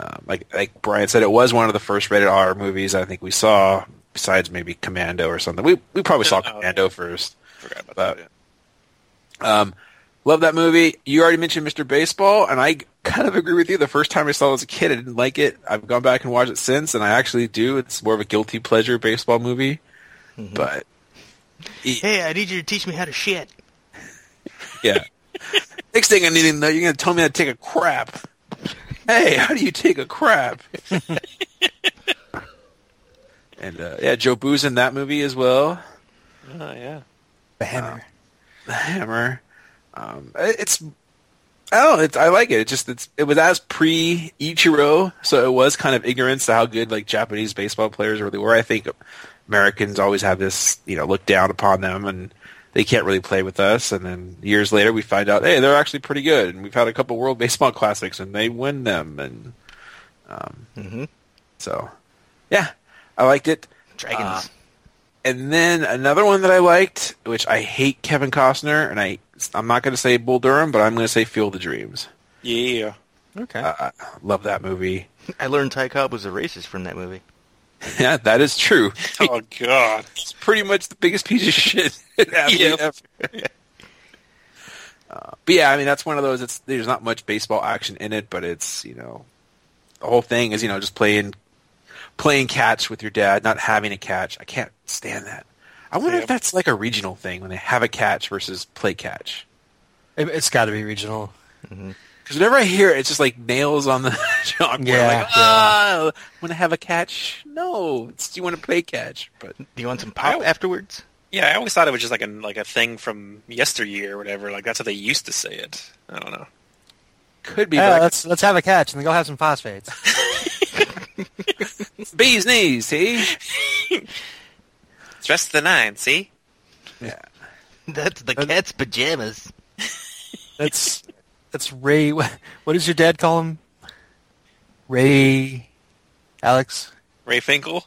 A: Um, like like Brian said, it was one of the first rated R movies I think we saw, besides maybe Commando or something. We we probably saw
G: Oh.
A: Commando first.
G: Forgot about
A: But-
G: that. yeah.
A: Um, love that movie. You already mentioned Mr. Baseball, and I kind of agree with you. The first time I saw it as a kid, I didn't like it. I've gone back and watched it since, and I actually do. It's more of a guilty pleasure baseball movie, but
F: Hey, I need you to teach me how to shit.
A: Yeah. Next thing I need to know, you're going to tell me how to take a crap. Hey, how do you take a crap? and uh, yeah, Joe Boo's in that movie as well.
G: Oh, yeah.
E: The hammer.
A: The Hammer. Um, it- it's I don't. know, It's, I like it. It just it's it was as pre Ichiro, so it was kind of ignorance to how good like Japanese baseball players really were. I think Americans always have this you know look down upon them and. They can't really play with us, and then years later we find out, hey, they're actually pretty good, and we've had a couple World [LAUGHS] Baseball Classics, and they win them, and um,
F: hmm
A: so, yeah, I liked it.
F: Dragons.
A: And then another one that I liked, which I hate Kevin Costner, and I I'm not going to say Bull Durham, but I'm going to say Field of Dreams.
G: Yeah.
F: okay.
A: Uh, love that movie. [LAUGHS]
F: Ah, I learned Ty Cobb was a racist from that movie.
A: yeah, that is true.
G: Oh, God.
A: It's pretty much the biggest piece of shit [LAUGHS] athlete
G: [LAUGHS] Yep.
A: ever. Uh, but yeah, I mean that's one of those. It's there's not much baseball action in it, but it's you know the whole thing is you know just playing playing catch with your dad, not having a catch. I can't stand that. I wonder
G: Yep.
A: if that's like a regional thing when they have a catch versus play catch.
E: Uh, It, it's got to be regional.
A: Because whenever I hear it, it's just like nails on the [LAUGHS] chalkboard.
E: Yeah,
A: like, oh, want to have a catch? No, it's you want to play catch. But
F: Do you want some pop
G: I-
F: afterwards?
G: Yeah, I always thought it was just like a like a thing from yesteryear or whatever. Like that's how they used to say it. I don't know.
A: could be
E: Yeah,
A: like
E: let's let's have a catch and then go have
A: [LAUGHS]
E: some phosphates.
A: bees knees. See,
G: Dress the nine, see?
A: yeah,
F: That's
E: Uh,
F: the cat's pajamas.
E: That's that's Ray. [LAUGHS] What, what does your dad call him? Ray, Alex.
G: Ray Finkel.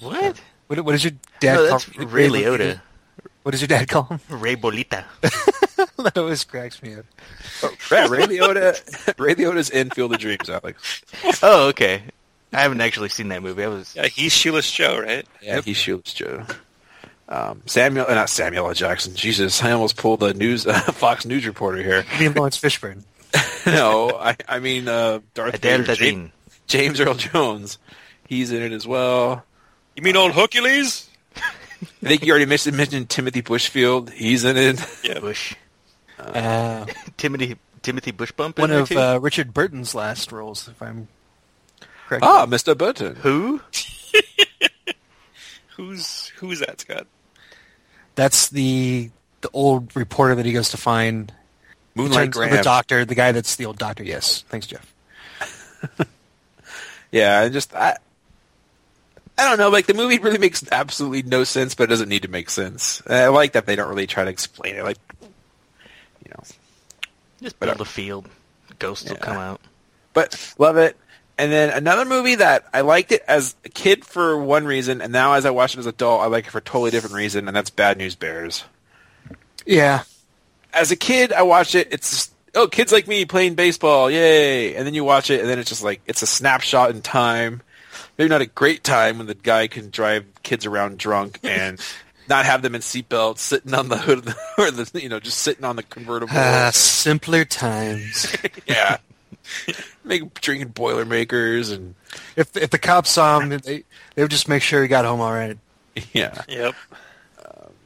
F: What?
E: What, what does your dad
F: no,
E: call
F: that's Ray Liotta.
E: What does your dad call him? [LAUGHS]
F: Ray Bolita.
E: that always cracks me up.
A: yeah Ray Liotta. [LAUGHS] Ray Liotta's in Field of Dreams, Alex.
F: [LAUGHS] oh, okay. I haven't actually seen that movie. I was
G: Yeah, he's Shoeless Joe, right?
A: Yeah, he shoots Joe. Um, Samuel, uh, not Samuel L. Jackson. Jesus, I almost pulled a news [LAUGHS] uh, Fox News reporter here. [LAUGHS]
E: Me and Lawrence Fishburne.
A: no, I, I mean uh, Darth
F: Adam
A: Vader, James,
F: Dadine.
A: James Earl Jones. He's in it as well.
G: You mean old Hercules?
A: I think you already mentioned, mentioned Timothy Bushfield. He's in it.
G: Yeah.
F: Bush.
E: Uh,
F: Timothy Timothy Bushbump. in
E: one
F: there,
E: of
F: too?
E: uh, Richard Burton's last roles, if I'm correct.
A: Ah, Mr. Burton.
F: who?
G: Who's who's that, Scott?
E: That's the the old reporter that he goes to find.
A: Moonlight
E: Turns- the
A: Graham.
E: doctor, the guy that's the old doctor. Yes, thanks, Jeff.
A: yeah, I just I, I don't know. Like the movie really makes absolutely no sense, but it doesn't need to make sense. And I like that they don't really try to explain it. Like, you know,
F: Just build a field. Ghosts will
A: Yeah.
F: come out.
A: but love it. And then another movie that I liked it as a kid for one reason, and now as I watch it as an adult, I like it for a totally different reason, and that's Bad News Bears.
E: Yeah,
A: as a kid, I watched it. It's oh, kids like me playing baseball, yay! And then you watch it, and then it's just like it's a snapshot in time. Maybe not a great time when the guy can drive kids around drunk and not have them in seatbelts, sitting on the hood, of the, [LAUGHS] or the you know, just sitting on the convertible.
E: Ah,
A: [LAUGHS]
E: simpler times.
G: [LAUGHS]
A: yeah, make drinking Boilermakers and
E: if if the cops saw him, they they would just make sure he got home all right.
A: yeah,
G: Yep.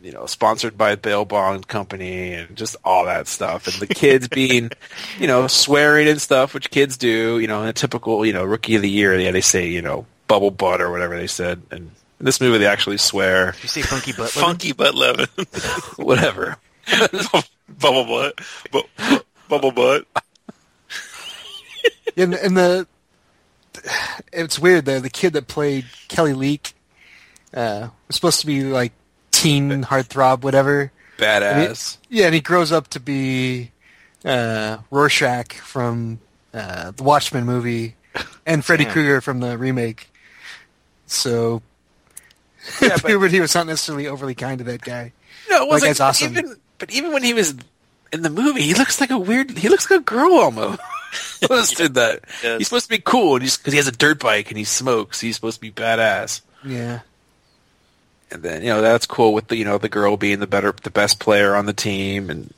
A: you know, sponsored by a bail bond company and just all that stuff. And the kids being, you know, swearing and stuff, which kids do, you know, in a typical, you know, rookie of the year, yeah, they say, you know, bubble butt or whatever they said. And in this movie, they actually swear, [LAUGHS]
F: You say funky butt. Levin?
G: Funky butt loving.
A: whatever.
G: [LAUGHS] bubble butt. Bu- bubble butt.
E: And and the it's weird though. The kid that played Kelly Leak uh, was supposed to be like teen heartthrob, whatever. And he-
A: Badass.
E: yeah, and he grows up to be uh, Rorschach from uh, the Watchmen movie and Freddy Krueger from the remake. So [LAUGHS]
A: Yeah, but-
E: puberty was not necessarily overly kind to that guy.
A: No, it wasn't.
E: guy's awesome.
A: Even, but even when he was in the movie, he looks like a weird, he looks like a girl almost. [LAUGHS] Almost did that.
G: does.
A: He's supposed to be cool and he's, cause he has a dirt bike and he smokes. He's supposed to be badass.
E: Yeah.
A: and then you know that's cool with the you know the girl being the better the best player on the team and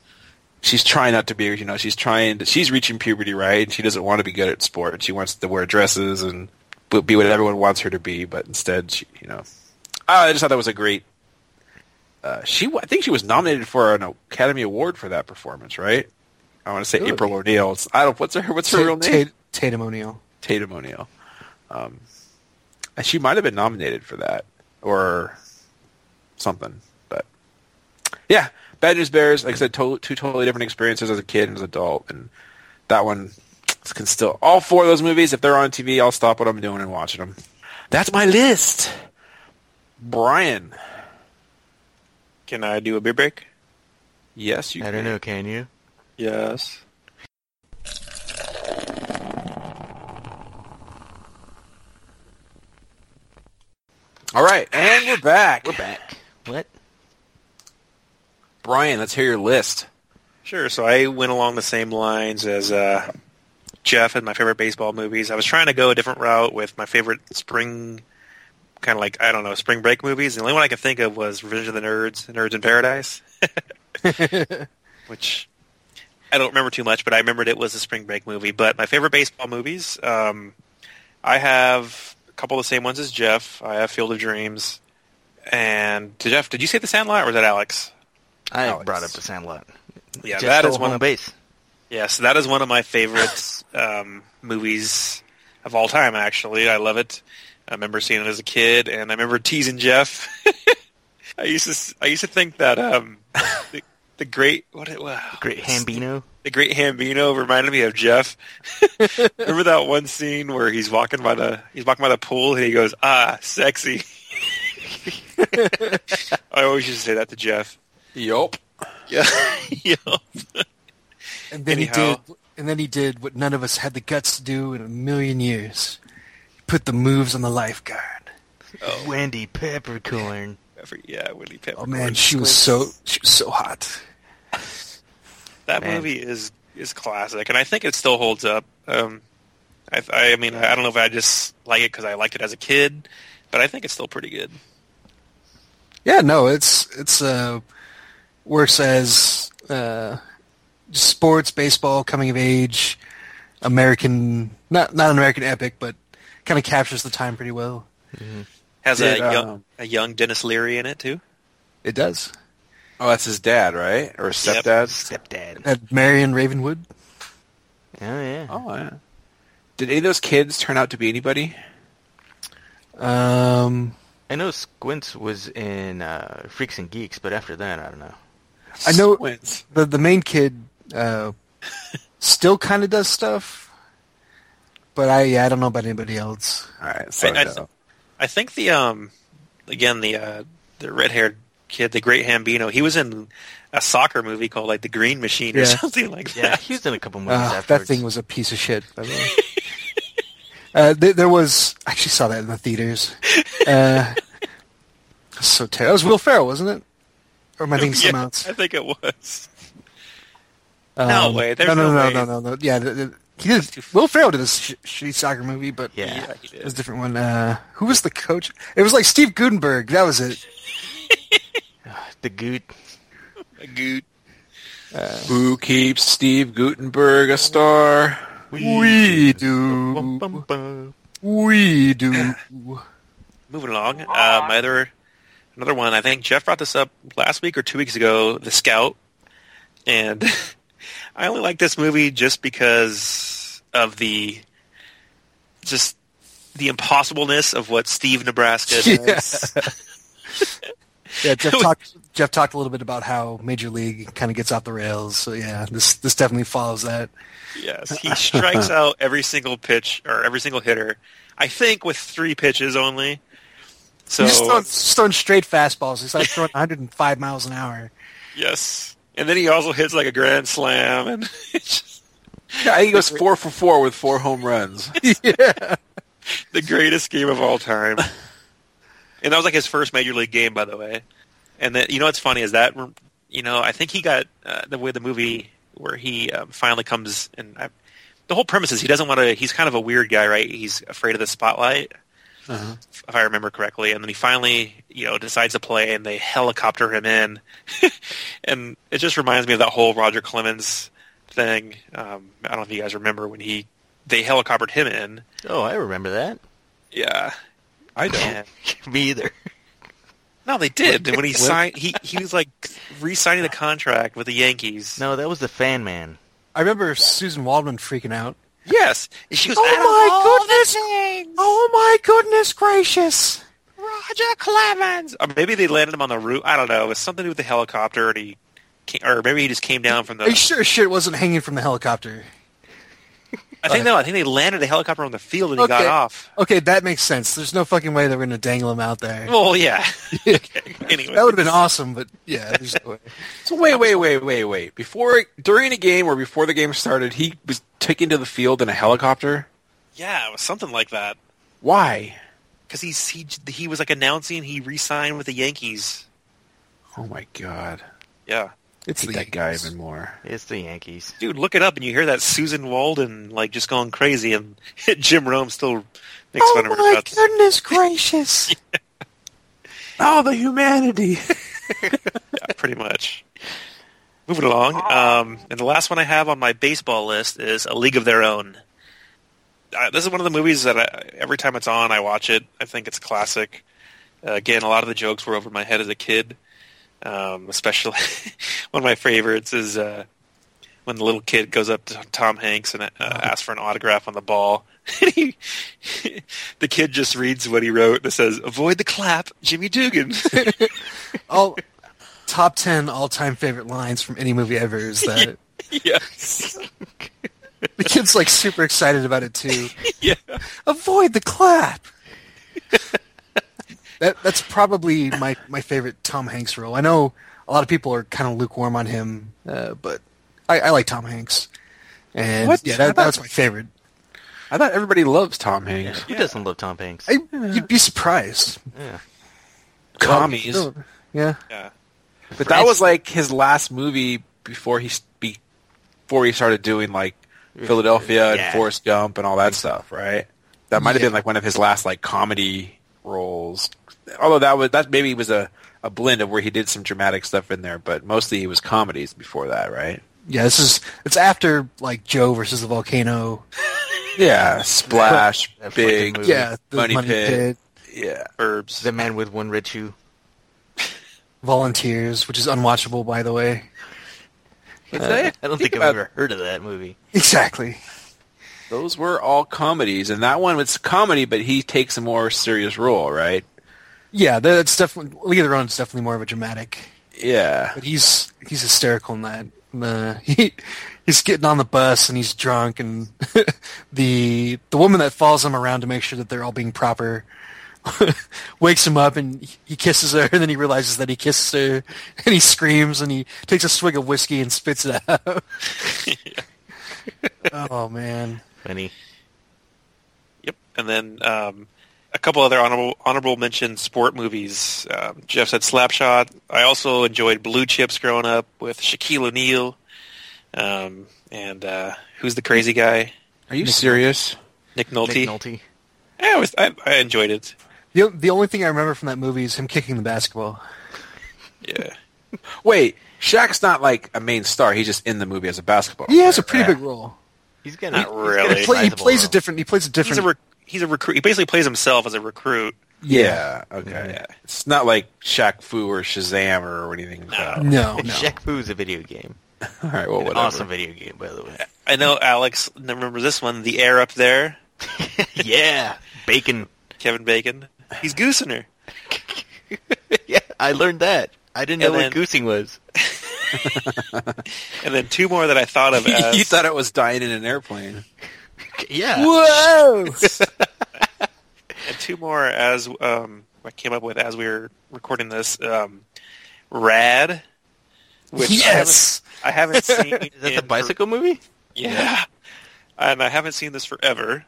A: she's trying not to be you know she's trying to, she's reaching puberty right and she doesn't want to be good at sport she wants to wear dresses and b- be what everyone wants her to be but instead she you know I just thought that was a great uh, she wa- I think she was nominated for an Academy Award for that performance right I want to say April O'Neil It's- I don't what's her what's her
E: Ta-
A: real name
E: Ta- Tatum O'Neal.
A: Tatum O'Neal. Um, and she might have been nominated for that or something, but yeah, Bad News Bears. Like I said, to- two totally different experiences as a kid and as an adult, and that one can still all four of those movies. If they're on TV, I'll stop what I'm doing and watch them. That's my list. Brian,
G: Can I do a beer break?
A: yes, you.
F: I
A: can.
F: don't know. Can you?
G: Yes.
A: All right, and we're back. We're back.
F: What?
A: Brian, let's hear your list.
G: Sure. So I went along the same lines as uh, Jeff and my favorite baseball movies. I was trying to go a different route with my favorite spring, kind of like I don't know, spring break movies. The only one I could think of was Revenge of the Nerds, Nerds in Paradise, [LAUGHS] which I don't remember too much, but I remembered it was a spring break movie. But my favorite baseball movies, um, I have a couple of the same ones as Jeff. I have Field of Dreams, and Jeff, did you say The Sandlot or was that Alex?
F: I
A: Alex.
F: brought up the Sandlot.
G: Yeah,
F: Just
G: that is
F: stole
G: one
F: home
G: of
F: base.
G: Yeah, so that is one of my favorite um, movies of all time. Actually, I love it. I remember seeing it as a kid, and I remember teasing Jeff. [LAUGHS] I used to, s- I used to think that um, the, the great what it wow,
F: Great Hambino.
G: the great Hambino reminded me of Jeff. [LAUGHS] remember that one scene where he's walking by the he's walking by the pool, and he goes, "Ah, sexy." [LAUGHS] I always used to say that to Jeff.
A: Yup.
G: [LAUGHS] Yeah, yeah. [LAUGHS]
E: And then he
G: Anyhow.
E: did and then he did what none of us had the guts to do in a million years. He put the moves on the lifeguard.
G: Oh.
F: Wendy Peppercorn.
G: Yeah, Willie Pitt.
E: Oh man, she was so she was so hot.
G: That
F: Man.
G: movie is is classic, and I think it still holds up. Um, I, I mean, I don't know if I just like it because I liked it as a kid, but I think it's still pretty good.
E: Yeah, no, it's it's uh, works as uh, sports, baseball, coming of age, American not not an American epic, but kind of captures the time pretty well.
G: Has
A: Did,
G: a young
A: um,
G: a young Dennis Leary in it too.
E: It does.
A: Oh, that's his dad, right? Or his
G: Yep.
A: stepdad?
F: Stepdad. Oh
E: At Marion Ravenwood,
F: yeah.
A: Oh, yeah. Did any of those kids turn out to be anybody?
E: um,
F: I know Squints was in uh, Freaks and Geeks, but after that, I don't know.
E: I know-
A: Squints.
E: the the main kid uh, still kind of does stuff, but I yeah, I don't know about anybody else.
A: All right, so
G: I- I-
A: no.
G: I think the um, again the uh, the red haired kid, the Great Hambino, he was in a soccer movie called like the Green Machine or
E: Yeah.
G: [LAUGHS] something like
F: [LAUGHS]
G: that.
F: Yeah, he was in a
G: Ah,
F: couple movies
E: Uh, that
F: afterwards.
E: thing was a piece of shit. by the way. [LAUGHS] uh, there, there was I actually saw that in the
G: [LAUGHS]
E: theaters. Uh, so
G: [LAUGHS]
E: terrible. That was Will Ferrell, wasn't it? Or am I thinking
G: Yeah, [LAUGHS]
E: someone else?
G: I think it was. No way, there's
E: Um, no, no,
G: no
E: no,
G: way.
E: no, no, no. Yeah, the, the, he did. Will Ferrell did a sh- shitty soccer movie, but
F: Yeah. Yeah,
G: he did.
E: it was a different one. Uh, who was the coach? It was like Steve Gutenberg. That was it.
F: The good.
G: A goot.
A: Who keeps Steve Gutenberg a star?
E: We do, we do.
G: Moving along, uh, my other another one. I think Jeff brought this up last week or two weeks ago. The Scout, and [LAUGHS] I only like this movie just because of the just the impossibleness of what
E: [LAUGHS]
G: Steve Nebraska does.
E: Yeah,
G: [LAUGHS]
E: Jeff talked. Jeff talked a little bit about how Major League kind of gets off the rails. So yeah, this this definitely follows that.
G: Yes, he strikes out every single pitch or every single hitter. I think with three pitches only. So
E: He's just throwing, just throwing straight fastballs. He's like throwing 105 miles an hour.
G: yes, and then he also hits like a grand slam, and [LAUGHS] it's just
A: Yeah, he [LAUGHS] goes four for four with four home [LAUGHS] runs.
G: the greatest game of all time. And that was like his first major league game, by the way. And that you know what's funny is that you know I think he got uh, the way the movie where he um, finally comes and I, the whole premise is he doesn't want to. He's kind of a weird guy, right? He's afraid of the spotlight, if I remember correctly. And then he finally you know decides to play, and they helicopter him in. [LAUGHS] and it just reminds me of that whole Roger Clemens thing. Um, I don't know if you guys remember when he they helicoptered him in.
F: Oh, I remember that.
G: Yeah.
A: I don't.
G: And-
F: [LAUGHS] Me either.
G: No, they did. when he signed, he, he was like re-signing the contract with the Yankees.
F: No, that was the Fan Man.
E: I remember Susan Waldman freaking out.
G: Yes, And she was. "Out of all the
E: goodness! Oh my goodness gracious!
G: Roger Clemens. Or maybe they landed him on the roof. I don't know. It was something to do with the helicopter, and he, came, or maybe he just came down from
E: Are you
G: the.
E: sure shit wasn't hanging from the helicopter?
G: I think no. I think they landed a helicopter on the field, and he got
E: Okay.
G: off.
E: Okay, that makes sense. There's no fucking way they're going to dangle him out there. [LAUGHS]
G: Well, yeah. [LAUGHS] Okay, anyway,
E: that would have been awesome, but yeah, there's no way.
A: So wait, wait, wait, wait, wait. Before during a game or before the game started, he was taken to the field in a helicopter.
G: yeah, it was something like that.
A: Why?
G: Because he's he he was like announcing he re-signed with the Yankees.
A: Oh my god!
G: Yeah,
A: It's
E: the
A: that guy even more.
F: It's the Yankees.
G: dude, look it up, and you hear that Susan Walden like just going crazy, and [LAUGHS] Jim Rome still makes fun of her about this.
E: goodness
A: [LAUGHS]
E: gracious!
A: Oh, the humanity!
G: [LAUGHS] pretty much. Moving along, um, and the last one I have on my baseball list is A League of Their Own. Uh, this is one of the movies that I, every time it's on, I watch it. I think it's classic. Uh, again, a lot of the jokes were over my head as a kid. Um, especially [LAUGHS] one of my favorites is uh, when the little kid goes up to Tom Hanks and uh, asks for an autograph on the ball. [LAUGHS] And he, the kid just reads what he wrote and it says, "Avoid the clap, Jimmy Dugan." [LAUGHS]
E: all top ten all time favorite lines from any movie ever is that
G: yes.
E: the kid's like super excited about it too.
G: Yeah.
E: Avoid the clap. [LAUGHS] that that's probably my my favorite Tom Hanks role. I know a lot of people are kind of lukewarm on him, uh, but I, I like Tom Hanks, and
A: What?
E: yeah, that, that's my favorite.
A: I thought everybody loves Tom Hanks.
F: Who doesn't love Tom Hanks?
E: I, you'd be surprised.
F: yeah.
A: Commies,
E: Yeah,
G: Yeah.
A: but that was like his last movie before he s- be- before he started doing like Philadelphia and
F: Yeah.
A: Forrest Gump and all that stuff, right? That might have
E: Yeah.
A: been like one of his last like comedy roles. Although that was that maybe was a a blend of where he did some dramatic stuff in there, but mostly he was comedies before that, right?
E: yeah. This is it's after like Joe versus the volcano.
A: Yeah, Splash,
F: That fucking
A: Big,
F: movie.
E: Yeah, the
A: Money
E: money,
A: Pit.
E: pit.
A: yeah.
G: Herbs.
F: The man with one red shoe. [LAUGHS]
E: Volunteers, which is unwatchable, by the way.
F: [LAUGHS] I don't think, I've
A: about-
F: ever heard of that movie.
E: Exactly.
A: Those were all comedies, and that one was comedy, but he takes a more serious role, right?
E: Yeah, that's definitely League of Their Own is definitely more of a dramatic.
A: Yeah,
E: But he's he's hysterical in that. Uh, [LAUGHS] he he's getting on the bus and he's drunk, and [LAUGHS] the the woman that follows him around to make sure that they're all being proper [LAUGHS] wakes him up and he kisses her, and then he realizes that he kisses her, [LAUGHS] and he screams and he takes a swig of whiskey and spits it out. [LAUGHS] oh man.
F: Funny.
G: Yep. And then um, a couple other honorable honorable mention sport movies. Um, Jeff said Slapshot. I also enjoyed Blue Chips growing up with Shaquille O'Neal. Um, and uh, who's the crazy guy?
A: Are you serious?
G: Nick Nolte.
F: Nick Nolte.
G: Yeah, I, was, I, I enjoyed it.
E: The, o- the only thing I remember from that movie is him kicking the basketball.
G: Yeah.
A: Wait, Shaq's not like a main star. He's just in the movie as a basketball.
E: He has a pretty
F: Yeah.
E: big role.
F: He's gonna.
G: Not
F: he's
G: really.
F: gonna
E: He, play, he
F: sizable
E: plays a
F: role.
E: different. He plays a
G: He's a
E: different.
G: rec- he's a recruit. He basically plays himself as a recruit.
A: Yeah.
E: Mm-hmm.
A: Okay. It's not like Shaq Fu or Shazam or anything. like that.
F: [LAUGHS]
E: no, no.
F: Shaq Fu's a video game.
A: All right. Well,
F: An
A: whatever.
F: awesome video game, by the way. [LAUGHS]
G: I know Alex remembers this one. The air up there,
F: yeah, bacon.
G: Kevin Bacon. He's goosing her.
F: yeah, I learned that. I didn't
G: And
F: know
G: then-
F: what goosing was.
G: And then two more that I thought of. As,
A: [LAUGHS] you thought it was dying in an airplane.
F: [LAUGHS] Yeah,
E: Whoa!
G: and two more as um, I came up with as we were recording this. Um, Rad. Which
E: yes.
G: I haven't, I haven't seen.
F: [LAUGHS] is that the
G: in-
F: bicycle movie?
G: Yeah. And I haven't seen this forever.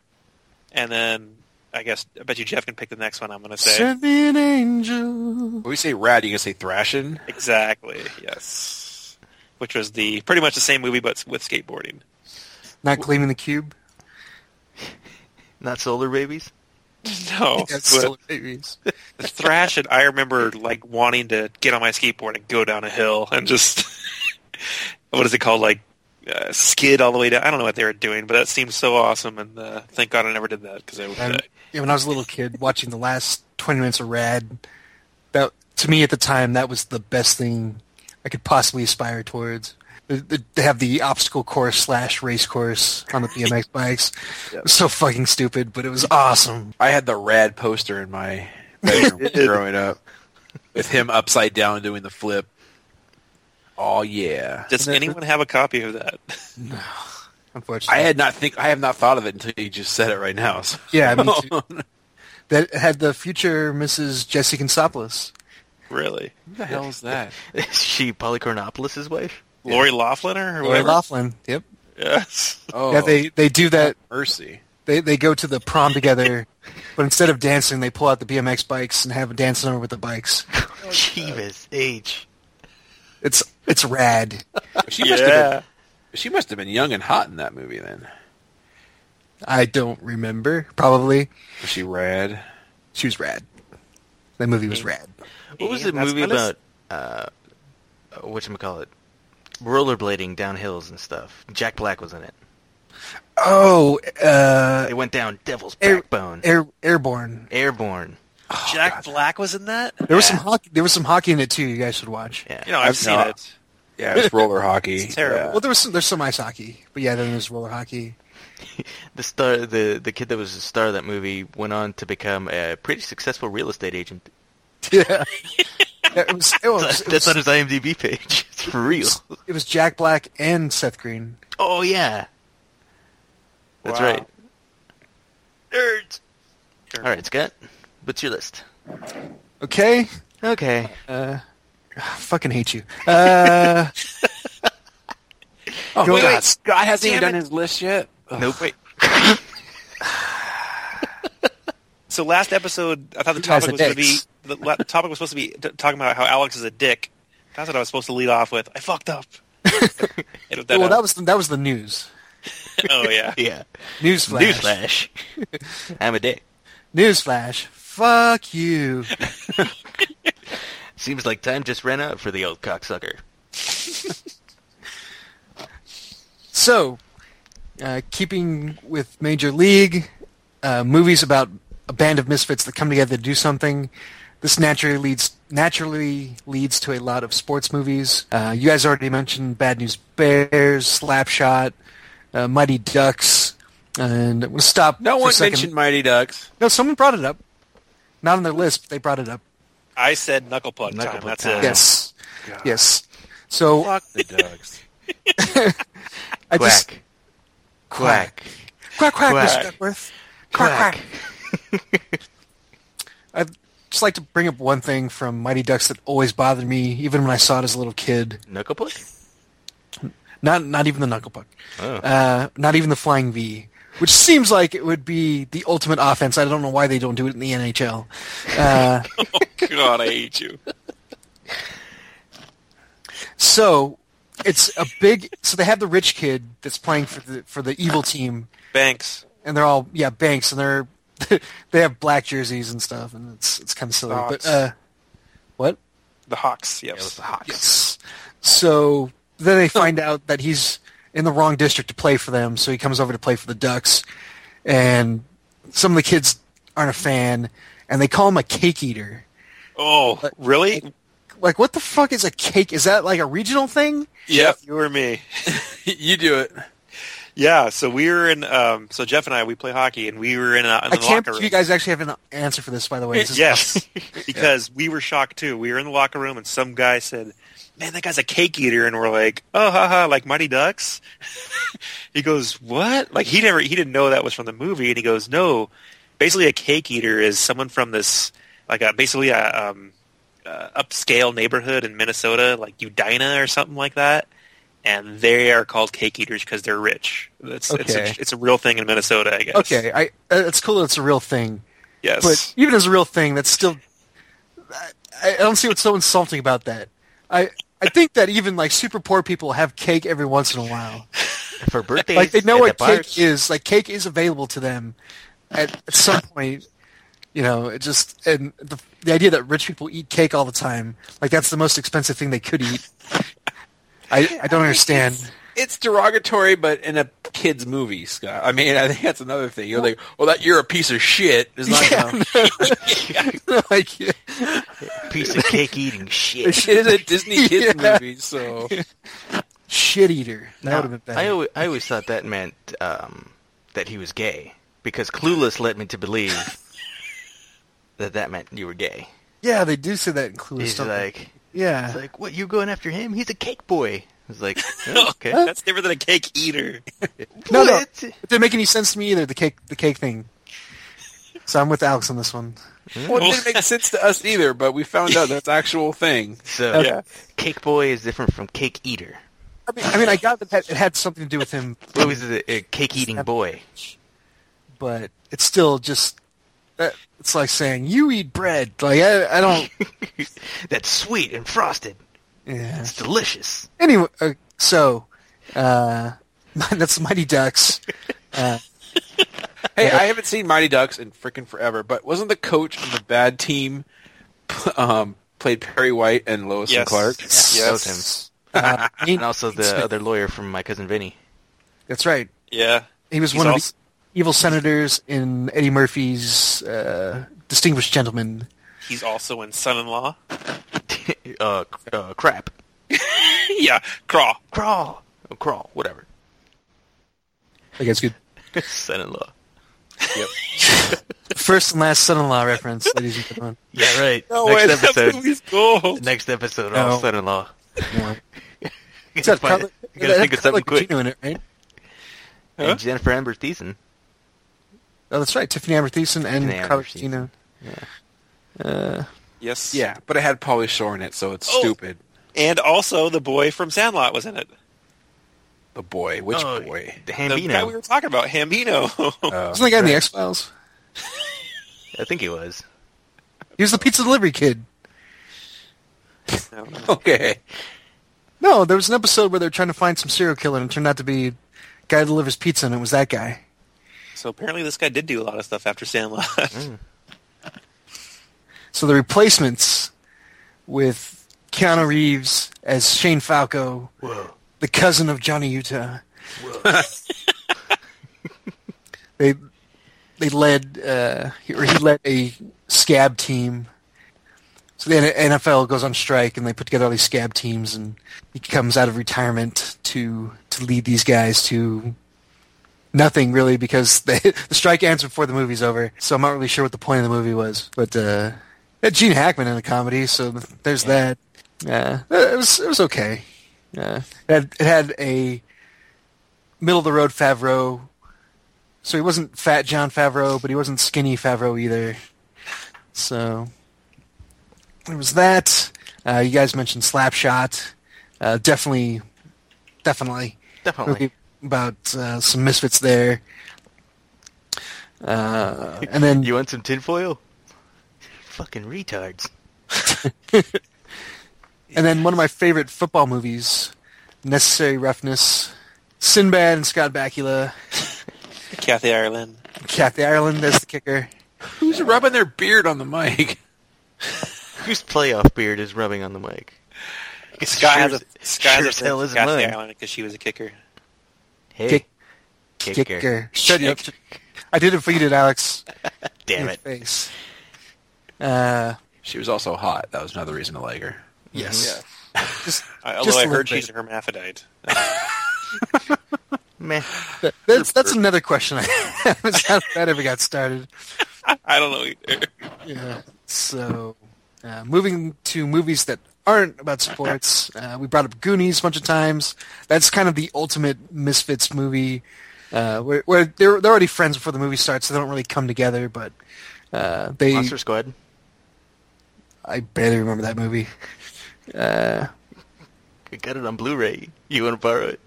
G: And then I guess I bet you Jeff can pick the next one I'm going to say.
E: Send me an angel.
A: When we say rad, you can say thrashing.
G: Exactly. Yes. Which was the pretty much the same movie but with skateboarding.
E: Not claiming the cube.
F: Not Solar Babies. [LAUGHS]
E: [LAUGHS]
G: No. But
E: babies.
G: the thrash and I remember like wanting to get on my skateboard and go down a hill and just [LAUGHS] what is it called like uh, skid all the way down. I don't know what they were doing, but that seemed so awesome and uh, thank God I never did that because I would uh,
E: And,
G: die.
E: yeah, when I was a little kid, watching the last twenty minutes of Rad, that to me at the time that was the best thing I could possibly aspire towards. They- They they have the obstacle course slash race course on the BMX bikes. It was so fucking stupid, but it was awesome.
A: I had the rad poster in my
E: [LAUGHS]
A: bedroom growing up, with him upside down doing the flip. Oh yeah.
G: Does anyone have a copy of that? [LAUGHS]
A: I
E: Unfortunately,
A: had not think I have not thought of it until you just said it right now. [LAUGHS] so-
E: yeah,
F: [LAUGHS]
E: me too. that had the future Mrs. Jesse Consopolis.
G: really?
A: Who the hell is that?
F: Is she Polychronopolis' wife?
G: Lori Laughlin or
E: Lori
G: whatever?
E: Laughlin. Yep.
G: Yes.
A: Oh,
E: Yeah, they they do that [LAUGHS]
A: mercy.
E: they they go to the prom together, but instead of dancing, they pull out the BMX bikes and have a dance number with the bikes.
F: Oh, Jeebus H.
E: It's it's rad.
A: She must have been. She must have been young and hot in that movie then.
E: I don't remember. Probably
A: Was she rad?
E: she was rad. That movie was rad.
F: What was
G: Yeah,
F: the
G: that's
F: movie
G: my list.
F: about? Uh, what call it? Rollerblading down hills and stuff. Jack Black was in it.
E: Oh, uh,
F: They went down Devil's
E: Air-
F: Backbone.
E: air, airborne.
F: Airborne.
G: Jack Black was in that?
E: Oh, There was some hockey. There was some hockey in it too. You guys should watch.
F: Yeah.
G: You know, I've,
A: I've
G: seen
A: not.
G: it.
A: Yeah,
E: [LAUGHS]
A: it's roller hockey.
G: It's terrible.
E: Well, there was some, there's some ice hockey, but yeah, then there's roller hockey.
F: the star, the the kid that was the star of that movie, went on to become a pretty successful real estate agent.
E: Yeah, it was. Oh, It was, it
F: [LAUGHS]
E: was,
F: That's on his IMDb page. [LAUGHS] It's for real.
E: it was Jack Black and Seth Green.
F: Oh yeah, that's
G: Wow.
F: right. Nerds. All right, Scott. What's your list? Uh,
E: Okay,
F: Okay.
E: fucking hate you. Uh,
A: Oh
E: Go-
A: God,
E: wait.
A: Scott hasn't even
G: Damn
A: done his list yet. Ugh.
F: nope. Wait.
G: So last episode, I thought the
E: You guys
G: topic
E: are
G: was going to be
E: dicks.
G: the la- topic was supposed to be t- talking about how Alex is a dick. That's what I was supposed to lead off with. I
E: [LAUGHS]
G: fucked up. Edit that
E: well,
G: out.
E: that was the, that was the news. [LAUGHS]
G: oh yeah.
F: Yeah.
E: Newsflash.
F: Newsflash. I'm a dick.
E: Newsflash. Fuck you.
F: Seems like time just ran out for the old cocksucker.
E: So, uh, keeping with Major League, uh, movies about a band of misfits that come together to do something. This naturally leads naturally leads to a lot of sports movies. Uh, you guys already mentioned Bad News Bears, Slapshot, uh, Mighty Ducks, and we'll stop.
A: No
E: for a
A: one
E: second.
A: mentioned Mighty Ducks.
E: No, someone brought it up. Not on their list, but they brought it up.
G: I said knuckle puck
F: Knuckle
G: time.
F: puck
G: That's
F: time.
G: it.
E: Yes. Yes. So
A: Fuck the [LAUGHS] Ducks.
E: I just
F: Quack. Quack.
E: quack quack, Mr.
F: Quack.
E: Duckworth. Quack
F: Quack.
E: quack. I'd just like to bring up one thing from Mighty Ducks that always bothered me, even when I saw it as a little kid.
F: Knuckle puck?
E: Not not even the knuckle puck.
F: Oh.
E: Uh, not even the flying V, which seems like it would be the ultimate offense. I don't know why they don't do it in the NHL. Uh,
G: God, I hate you.
E: So it's a big. So they have the rich kid that's playing for the for the evil team,
G: Banks.
E: and they're all yeah banks, and they're [LAUGHS] they have black jerseys and stuff, and it's it's kind of silly.
G: Oh,
E: But
G: it's-
E: uh, what?
G: The Hawks, yes.
E: Yes. So then they find out that he's in the wrong district to play for them, so he comes over to play for the Ducks, and some of the kids aren't a fan, and they call him a cake eater.
G: Oh, really?
E: Like, what the fuck is a cake? Is that like a regional thing?
G: Jeff, you or me?
A: you do it.
G: Yeah. So we were in. Um, so Jeff and I, we play hockey, and we were in, a, in
E: I
G: the
E: can't.
G: locker
E: believe
G: room.
E: You guys actually have an answer for this, by the way. This is-
G: yes, [LAUGHS] because we were shocked too. We were in the locker room, and some guy said, "Man, that guy's a cake eater," and we're like, "Oh, haha, like Mighty Ducks." [LAUGHS] he goes, "What?" Like he never, he didn't know that was from the movie, and he goes, "No, basically, a cake eater is someone from this, like, a, basically a um, uh, upscale neighborhood in Minnesota, like Edina or something like that." And they are called cake eaters because they're rich. It's, it's,
E: Okay.
G: a, it's a real thing in Minnesota, I guess.
E: Okay. I. uh, It's cool. that It's a real thing.
G: Yes.
E: But
G: [LAUGHS]
E: even as a real thing, that's still. I, I don't see what's so insulting about that. I I think that even like super poor people have cake every once in a while.
F: for birthdays.
E: [LAUGHS] Like they know
F: and
E: what
F: the bars.
E: cake is. Like cake is available to them at, at some point. You know, it just and the the idea that rich people eat cake all the time, like that's the most expensive thing they could eat. I I don't understand.
A: It's derogatory, but in a kids' movie, Scott. I mean, I think that's another thing. You're like, well, that you're a piece of shit. It's not.
E: Yeah, no. [LAUGHS] like [LAUGHS]
F: piece of cake eating shit.
A: [LAUGHS] It is a Disney kids
E: Yeah.
A: movie, so
E: shit eater. That
F: Now,
E: would have been better.
F: Uh, I always, I always thought that meant um, that he was gay because Clueless led me to believe that that meant you were gay.
E: yeah, they do say that in Clueless.
F: He's
E: don't they?
F: like,
E: yeah,
F: it's like, what? You going after him? He's a cake boy. It's like, oh,
G: No,
F: okay.
G: That's different than a cake eater.
E: No, no,
F: What?
E: it didn't make any sense to me either. The cake, the cake thing. So I'm with Alex on this one.
A: well, it didn't make sense to us either. But we found out that's an actual thing.
F: So,
G: Yeah.
F: cake boy is different from cake eater.
E: I mean, I mean, I got that it had something to do with him,
F: What was it? A cake eating boy. [LAUGHS]
E: but it's still just. that- It's like saying you eat bread. Like I, I
F: [LAUGHS]
E: don't.
F: That's sweet and frosted.
E: Yeah.
F: It's delicious.
E: Anyway, uh, so uh, [LAUGHS] that's the Mighty Ducks. Uh,
A: Hey, I haven't seen Mighty Ducks in freaking forever. But wasn't the coach on the bad team [LAUGHS] um, played Perry White and Lois and
G: Yes.
A: Clark?
F: That was him.
E: uh,
F: And also the other lawyer from my cousin Vinny.
E: that's right.
G: Yeah.
E: He was
G: He's
E: one
G: also-
E: of the evil senators in Eddie Murphy's uh, Distinguished Gentleman.
G: He's also in Son-in-Law. [LAUGHS]
F: [LAUGHS] uh, c- uh, crap. [LAUGHS]
G: yeah, Craw.
F: Crawl. Oh, crawl. Whatever.
E: I guess good.
F: Son-in-law.
E: First and last son-in-law reference, ladies and
F: [LAUGHS]
E: gentlemen.
F: Yeah, right.
G: No
F: next [LAUGHS]
G: way, [LAUGHS] that
F: episode.
G: movie's gold.
F: Next episode.
E: No.
F: all [LAUGHS] son-in-law. You
E: It's got
F: gotta, find-
E: Carla-
F: [LAUGHS] you gotta
E: it
F: think
E: had
F: of something
E: Carla
F: quick.
E: Gugino in it, right?
G: Huh?
F: And Jennifer Amber Thiessen.
E: Oh, that's right. Tiffany Amber Thiessen and
F: Tiffany
E: Carla
F: Amber Thiessen.
E: Gugino.
G: Yes.
A: Yeah, but it had Pauly Shore in it, so it's
G: Oh.
A: stupid.
G: And also the boy from Sandlot was in it.
A: The boy, which
F: Oh,
A: boy? [LAUGHS]
F: The
G: The guy we
F: Hambino. Oh.
G: were talking about, Hambino. [LAUGHS]
A: Uh,
E: Wasn't the guy in the X Files?
F: I think he was.
E: He was the pizza delivery kid.
A: okay.
E: No, there was an episode where they were trying to find some serial killer, and it turned out to be a guy that delivers pizza, and it was that guy.
G: so apparently this guy did do a lot of stuff after Sandlot.
F: Mm.
E: So the replacements with Keanu Reeves as Shane Falco,
F: Whoa.
E: the cousin of Johnny Utah. [LAUGHS] they they led uh, he- or he led a scab team. So the N- NFL goes on strike, and they put together all these scab teams, and he comes out of retirement to to lead these guys to nothing really because [LAUGHS] they, the strike ends before the movie's over. So I'm not really sure what the point of the movie was, but uh, had Gene Hackman in the comedy, so there's that. Yeah, it was it was okay. Yeah, it had, it had a middle of the road Favreau so he wasn't fat John Favreau, but he wasn't skinny Favreau either. So there was that. Uh, you guys mentioned Slapshot. Uh, definitely, definitely.
F: Definitely.
E: Movie About uh, some misfits there. Uh, and then
F: [LAUGHS] You want some tinfoil? Fucking retards.
E: and then one of my favorite football movies, Necessary Roughness, Sinbad and Scott Bakula,
G: [LAUGHS] Kathy Ireland.
E: Kathy Ireland as the kicker.
A: Who's rubbing their beard on the mic? [LAUGHS]
F: Whose playoff beard is rubbing on the mic?
G: Sky
F: sure
G: has a
F: as-
G: Sky
F: sure
G: has
F: as
G: a
F: hell
G: friend
F: is
G: Kathy
F: mine.
G: Ireland because she was a kicker.
F: Hey,
E: Kick-
F: kicker.
E: Shut up. I did it for you, did Alex? In
F: Damn
E: your
F: it.
E: Face. Uh,
A: She was also hot. That was another reason to like her.
E: yes. Just,
G: I, although
E: just
G: I
E: a little
G: heard she's a
E: bit.
G: hermaphrodite. [LAUGHS]
F: Meh.
E: That- that's, that's another question I [LAUGHS] have. is how that ever got started.
G: I don't know either.
F: [LAUGHS]
E: Yeah. So, uh, moving to movies that aren't about sports, uh, we brought up Goonies a bunch of times. That's kind of the ultimate misfits movie, uh, where, where they're they're already friends before the movie starts, so they don't really come together. But uh, they,
F: Monster Squad.
E: I barely remember that movie.
F: I got it on Blu-ray. You want to borrow it?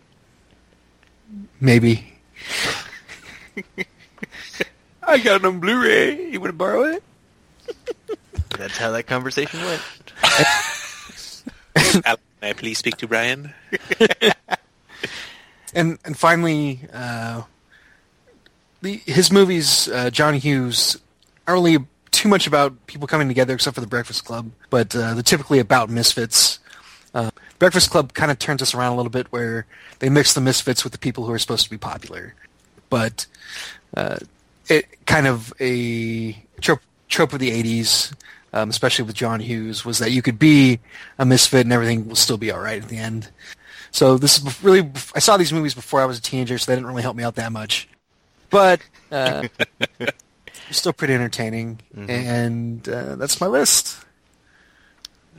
E: Maybe
A: [LAUGHS] I got it on Blu-ray. You want to borrow it?
F: That's how that conversation went.
G: Alan, may I please speak to Brian?
E: and and finally, uh, the, his movies, uh, John Hughes, aren't really too much about people coming together, except for The Breakfast Club. But uh, they're typically about misfits. Uh, Breakfast Club kind of turns us around a little bit, where they mix the misfits with the people who are supposed to be popular. But uh, it kind of a trope, trope of the '80s, um, especially with John Hughes, was that you could be a misfit and everything will still be all right at the end. So this is bef- really bef- I saw these movies before I was a teenager, so they didn't really help me out that much. But
A: [LAUGHS]
E: uh, they're still pretty entertaining,
A: Mm-hmm.
E: and uh, that's my list.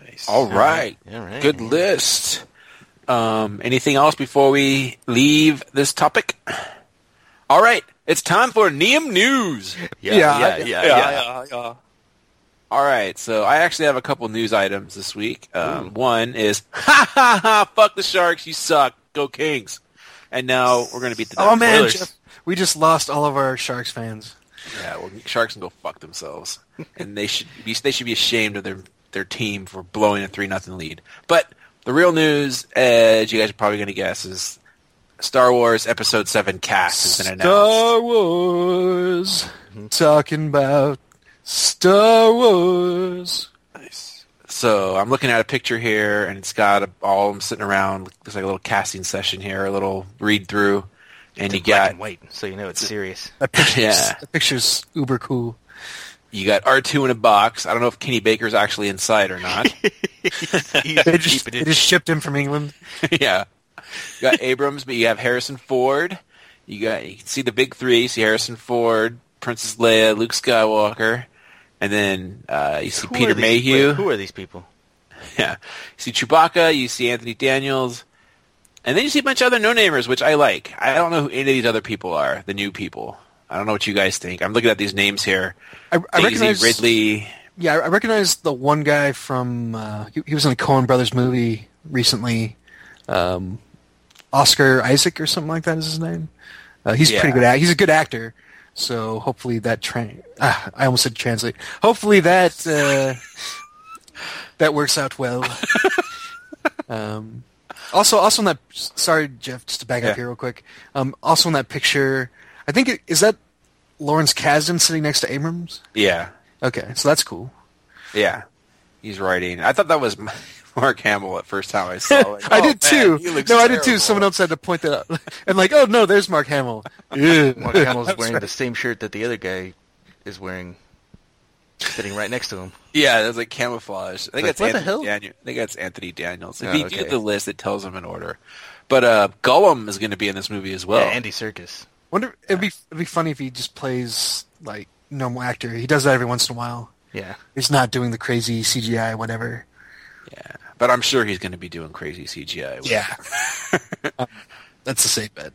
G: Nice.
A: All right.
F: All right.
A: Good list. Um, anything else before we leave this topic? All right. It's time for Neum
G: [LAUGHS]
A: News.
F: Yeah,
E: Yeah,
F: yeah, yeah,
E: yeah,
F: yeah.
G: Yeah, yeah, yeah.
A: All right, so I actually have a couple news items this week. Um, one is, [LAUGHS] ha ha ha, fuck the Sharks, you suck, go Kings. And now we're going to beat the
E: Oh man,
A: Oilers.
E: Jeff, we just lost all of our Sharks fans.
A: Yeah, well, Sharks can go fuck
E: [LAUGHS]
A: themselves, and they should be they should be ashamed of their their team for blowing a three nothing lead. But the real news, as you guys are probably going to guess, is Star Wars Episode Seven cast has been announced. Mm-hmm.
E: Star Wars, talking about Star Wars.
G: Nice.
A: So I'm looking at a picture here, and it's got a, all of them sitting around. Looks like a little casting session here, a little read through, and you
F: Black
A: got
F: and white, so you know [LAUGHS] it's serious.
E: That picture's,
A: [LAUGHS] Yeah.
E: that picture's
A: [LAUGHS]
E: uber cool.
A: you got R two in a box. I don't know if Kenny Baker's actually inside or
F: [LAUGHS]
A: not. [LAUGHS]
F: He's
E: They just,
F: keeping
E: they
F: it.
E: just shipped him from England.
A: yeah. You got Abrams, but you have Harrison Ford. You got you can see the big three. You see Harrison Ford, Princess Leia, Luke Skywalker, and then uh, you see
F: Who
A: Peter
F: are these-
A: Mayhew.
F: wait, who are these [LAUGHS] people?
A: [LAUGHS] yeah. You see Chewbacca. You see Anthony Daniels, and then you see a bunch of other no-namers, which I like. I don't know who any of these other people are. The new people. I don't know what you guys think. I'm looking at these names here.
E: I, I
A: Daisy
E: recognize
A: Ridley.
E: Yeah, I recognize the one guy from uh, he, he was in a Coen Brothers movie recently. Um, Oscar Isaac or something like that is his name. Uh, he's a
A: Yeah.
E: pretty good. Act- he's a good actor. So hopefully that tra- ah, I almost said translate. Hopefully that uh, [LAUGHS] that works
A: [LAUGHS]
E: out well. um, also, also in that sorry Jeff, just to back
A: Yeah.
E: up here real quick. Um, also in that picture, I think it, is that Lawrence Kasdan sitting next to Abrams.
A: Yeah.
E: Okay, so that's cool.
A: Yeah, he's writing. I thought that was [LAUGHS] Mark Hamill at first time I saw it.
E: [LAUGHS] I
A: Oh,
E: did
A: man,
E: too.
A: he
E: No,
A: looks
E: I did too.
A: terrible.
E: Someone else had to point that out. [LAUGHS] And like, oh no, there's Mark Hamill. Ew.
F: Mark Hamill's wearing the same shirt that the other guy is wearing, sitting right next to him.
A: Yeah, that's like camouflage. I think
F: Like,
A: that's
F: what the
A: Anthony
F: hell?
A: Daniel- I think that's Anthony Daniels. If
F: Oh,
A: you
F: okay.
A: do the list, it tells him in order. But uh, Gollum is going to be in this movie as well.
F: yeah, Andy Circus.
E: [LAUGHS] Wonder it'd be it'd be funny if he just plays like normal actor. He does that every once in a while.
F: Yeah,
E: He's not doing the crazy CGI whatever.
A: Yeah. but I'm sure he's going to be doing crazy CGI. with it.
E: Uh, that's the safe bet.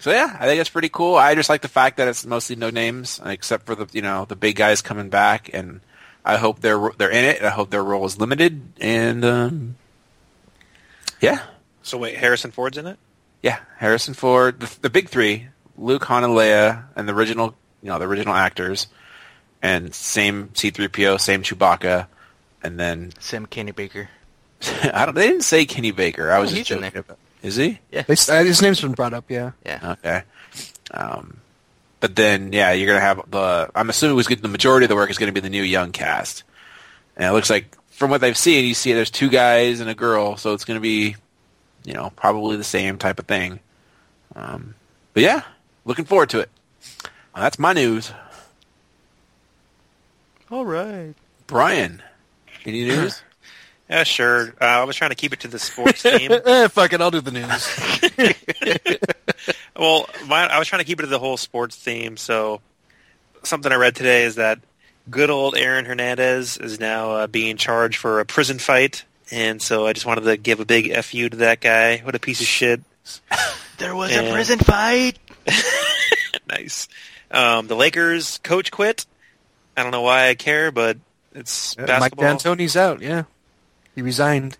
A: So yeah, I think it's pretty cool. I just like the fact that it's mostly no names, except for the you know the big guys coming back, and I hope they're they're in it. And I hope their role is limited. And um, yeah,
G: So wait, Harrison Ford's in it?
A: Yeah, Harrison Ford, the, the big three, Luke, Han, and Leia, and the original, you know, the original actors, and same C-3PO, same Chewbacca, and then [LAUGHS]
F: Sam Kenny Baker.
A: I don't. They didn't say Kenny Baker. I was
F: Oh,
A: just
F: he's in
A: joking.
F: there.
A: About, Is he?
F: Yeah.
E: They, s- uh, his name's been brought up, yeah.
F: Yeah.
A: Okay. Um, but then, yeah, you're gonna have the. I'm assuming who's getting the majority of the work is gonna be the new young cast, and it looks like from what I've seen, you see there's two guys and a girl, so it's gonna be, you know, probably the same type of thing. Um, but yeah, looking forward to it. Well, that's my news.
F: All right.
A: Brian, any news?
G: Yeah, sure. Uh, I was trying to keep it to the
E: [LAUGHS]
G: sports theme.
E: Eh, fuck it, I'll do the news.
G: Well, my, I was trying to keep it to the whole sports theme. So something I read today is that good old Aaron Hernandez is now uh, being charged for a prison fight, and so I just wanted to give a big fu to that guy. What a piece of shit! [LAUGHS]
F: There was
G: Yeah.
F: a prison fight.
G: nice. Um, the Lakers coach quit. I don't know why I care, but it's
E: Yeah, Uh, Mike
G: basketball.
E: D'Antoni's out, yeah. He resigned.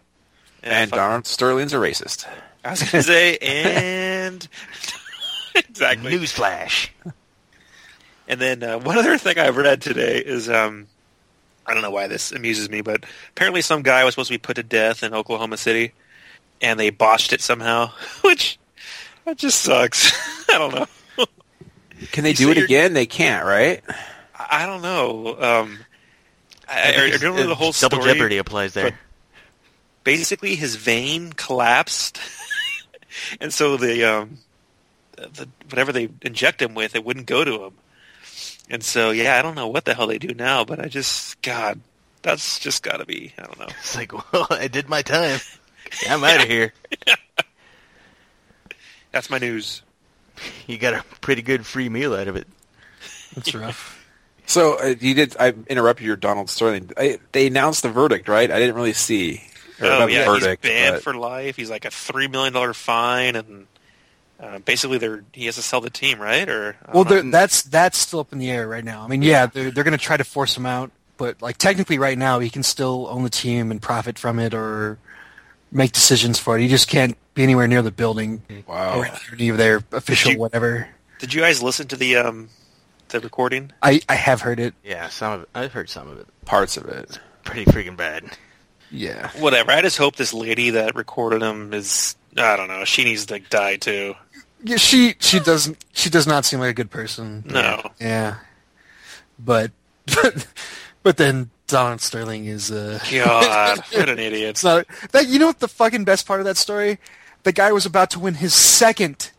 G: Yeah,
A: and
G: fuck-
A: Donald Sterling's a racist.
G: I was gonna say and [LAUGHS] exactly.
F: Newsflash.
G: And then uh, [LAUGHS] one other thing I've read today is um, I don't know why this amuses me, but apparently some guy was supposed to be put to death in Oklahoma City, and they botched it somehow, [LAUGHS] which that just sucks. [LAUGHS] I don't know.
A: Can they
G: You
A: do
G: see
A: it
G: your-
A: again? They can't, right?
G: I I don't know. Um, I, I, I don't know the whole
F: Double
G: story.
F: Jeopardy applies there.
G: Basically, his vein collapsed, [LAUGHS] and so the, um, the whatever they inject him with, it wouldn't go to him. And so, yeah, I don't know what the hell they do now, but I just God, that's just got to be I don't know.
F: It's like, [LAUGHS] well, I did my time. [LAUGHS] I'm out [LAUGHS] of here.
G: That's my news.
F: You got a pretty good free meal out of it.
E: That's rough.
A: So uh, you did. I interrupted your Donald Sterling. I, they announced the verdict, right? I didn't really see. or
G: Oh
A: not the
G: yeah,
A: verdict,
G: he's banned
A: but-
G: for life. He's like a three million dollar fine, and uh, basically they're he has to sell the team, right? Or I
E: Well,
G: don't know.
E: they're- that's that's still up in the air right now. I mean, yeah, they're, they're going to try to force him out, but like technically, right now, he can still own the team and profit from it or make decisions for it. He just can't be anywhere near the building
A: Wow.
E: or any of their official
G: you-
E: whatever.
G: did you guys listen to the um the recording?
E: I, I have heard it.
F: Yeah, some of it. I've heard some of it.
A: parts of it.
F: Pretty freaking bad.
E: Yeah.
G: Whatever. I just hope this lady that recorded him is I don't know. She needs to die too.
E: Yeah, she she doesn't she does not seem like a good person.
G: No.
E: Yeah. But [LAUGHS] but, but then Donald Sterling is uh [LAUGHS]
G: God, what an idiot.
E: it's not that you know what the fucking best part of that story? The guy was about to win his second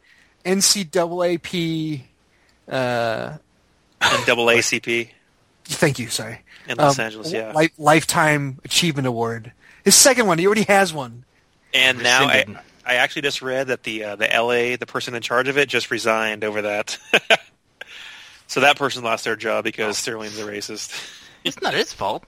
E: NCAAP uh
G: And double ACP
E: thank you, sorry. um,
G: in Los Angeles, yeah.
E: Li- lifetime achievement award. His second one, he already has one.
G: and now I,
F: rescinded.
G: I actually just read that the uh, the LA the person in charge of it just resigned over that. [LAUGHS] so that person lost their job because Sterling's a racist.
F: [LAUGHS] It's not his fault.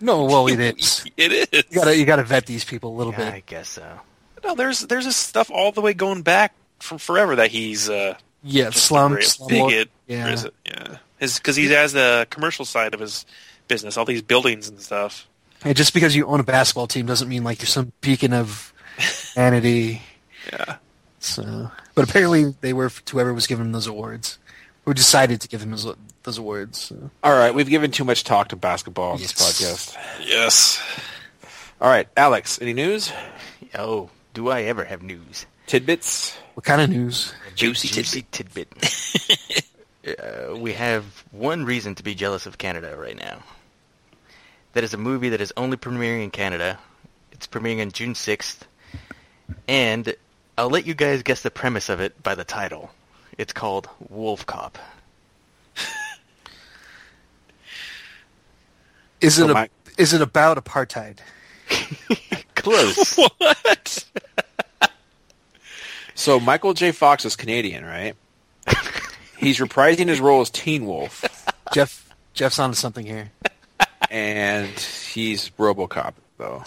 E: No, well [LAUGHS] it
G: [LAUGHS]
E: is.
G: It is.
E: You gotta you gotta vet these people a little
F: Yeah,
E: bit.
F: I guess so.
G: No, there's there's this stuff all the way going back from forever that he's uh,
E: Yeah, slum,
G: just a
E: slum
G: great bigot.
E: Yeah.
G: Is it- yeah. His because he has the commercial side of his business, all these buildings and stuff.
E: Hey, just because you own a basketball team doesn't mean like you're some beacon
G: [LAUGHS]
E: of vanity.
G: Yeah.
E: So, but apparently they were for whoever was giving him those awards, who decided to give him those, those awards. So.
A: All right, we've given too much talk to basketball on this
E: Yes.
A: podcast.
G: Yes.
A: All right, Alex, any news?
F: Oh, do I ever have news?
A: Tidbits?
E: What kind of news?
F: Juicy, tidbit. [LAUGHS] uh, we have one reason to be jealous of Canada right now. That is a movie that is only premiering in Canada. It's premiering on June 6th. And I'll let you guys guess the premise of it by the title. It's called Wolf Cop.
E: Is
A: Oh,
E: it a,
A: my-
E: is it about apartheid?
F: [LAUGHS] Close.
G: What?
A: So Michael J. Fox is Canadian, right? He's reprising his role as Teen Wolf,
E: Jeff Jeff's onto something here.
A: and he's RoboCop, though.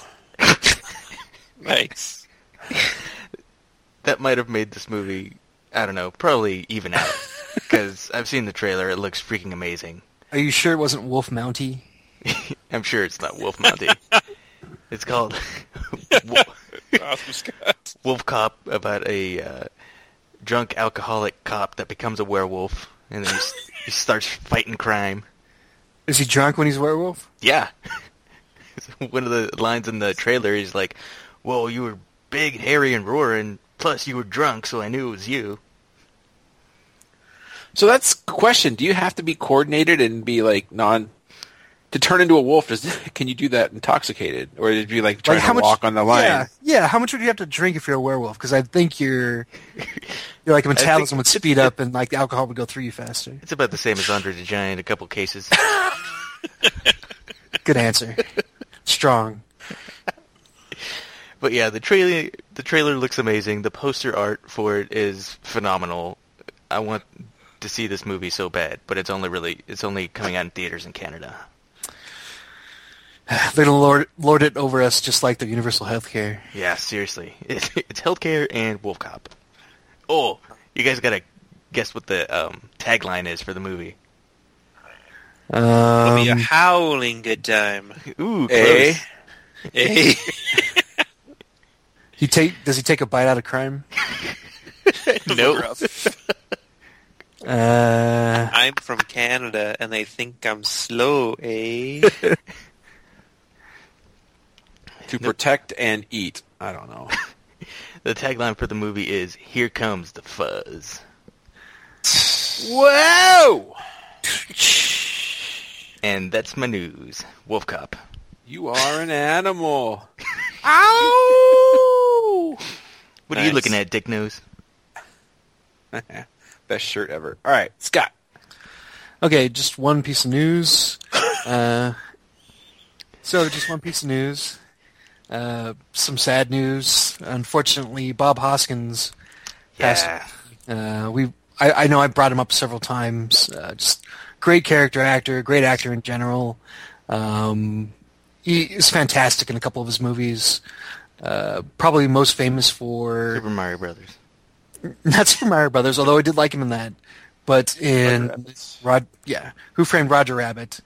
G: nice.
F: that might have made this movie, I don't know, probably even out. Because I've seen the trailer. It looks freaking amazing.
E: Are you sure it wasn't Wolf Mounty?
F: I'm sure it's not Wolf Monty. it's called [LAUGHS]
G: Awesome, Scott.
F: Wolf Cop about a uh, drunk alcoholic cop that becomes a werewolf and then he, s- he starts fighting crime.
E: Is he drunk when he's a werewolf?
F: [LAUGHS] Yeah. One of the lines in the trailer is like, "Well, you were big, hairy, and roaring. Plus, you were drunk, so I knew it was you.
A: So that's the question. Do you have to be coordinated and be like non to turn into a wolf? Does [LAUGHS] can you do that intoxicated, or it'd be like trying
E: like how
A: to
E: much
A: walk on the line?
E: Yeah, yeah. How much would you have to drink if you're a werewolf? Because I think your your like metabolism would speed up and like the alcohol would go through you faster.
F: It's about the same as Andre the Giant. A couple cases.
E: Good answer. Strong.
F: But yeah, the trailer the trailer looks amazing. The poster art for it is phenomenal. I want to see this movie so bad, but it's only really it's only coming out in theaters in Canada.
E: They're gonna lord, lord it over us just like their universal health care.
F: Yeah, seriously, [LAUGHS] it's, it's healthcare and Wolf Cop. Oh, you guys gotta guess what the um, tagline is for the movie.
G: It'll be
A: uh,
G: a
E: Um,
G: howling good time.
F: Ooh, close.
A: Eh?
G: Eh?
E: he take does he take a bite out of crime?
F: no,
E: Uh,
G: I'm from Canada and they think I'm slow, eh?
A: [LAUGHS] To protect and eat. I don't
E: [LAUGHS]
A: know.
F: the tagline for the movie is "Here comes the fuzz."
A: Whoa!
F: And that's my news. Wolf Cop.
A: You are an
E: [LAUGHS]
A: animal. Ow!
F: What are you
G: Nice.
F: looking at, Dick Nose?
A: Best shirt ever. All right, Scott.
E: Okay, just one piece of news. Uh, so, just one piece of news. Uh, some sad news. Unfortunately, Bob Hoskins passed.
F: Yeah.
E: Uh, we, I, I know I brought him up several times. Uh, just great character actor, great actor in general. Um, he is fantastic in a couple of his movies. Uh, probably most famous for
F: Super Mario Brothers.
E: [LAUGHS] not Super Mario Brothers, although I did like him in that. But in Rod, yeah, Who Framed Roger Rabbit,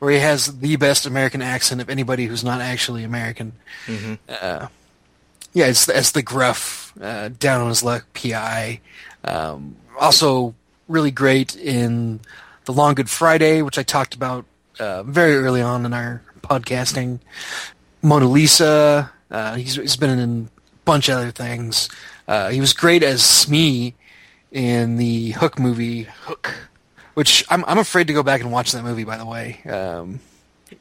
E: where he has the best American accent of anybody who's not actually American. Uh, yeah, it's as the gruff, uh, down on his luck PI. Um, also, really great in the Long Good Friday, which I talked about uh, very early on in our podcasting. Mona Lisa. Uh, he's, he's been in a bunch of other things. Uh, he was great as Smee in the Hook movie,
F: Hook.
E: which I'm, I'm afraid to go back and watch that movie, by the way. Um,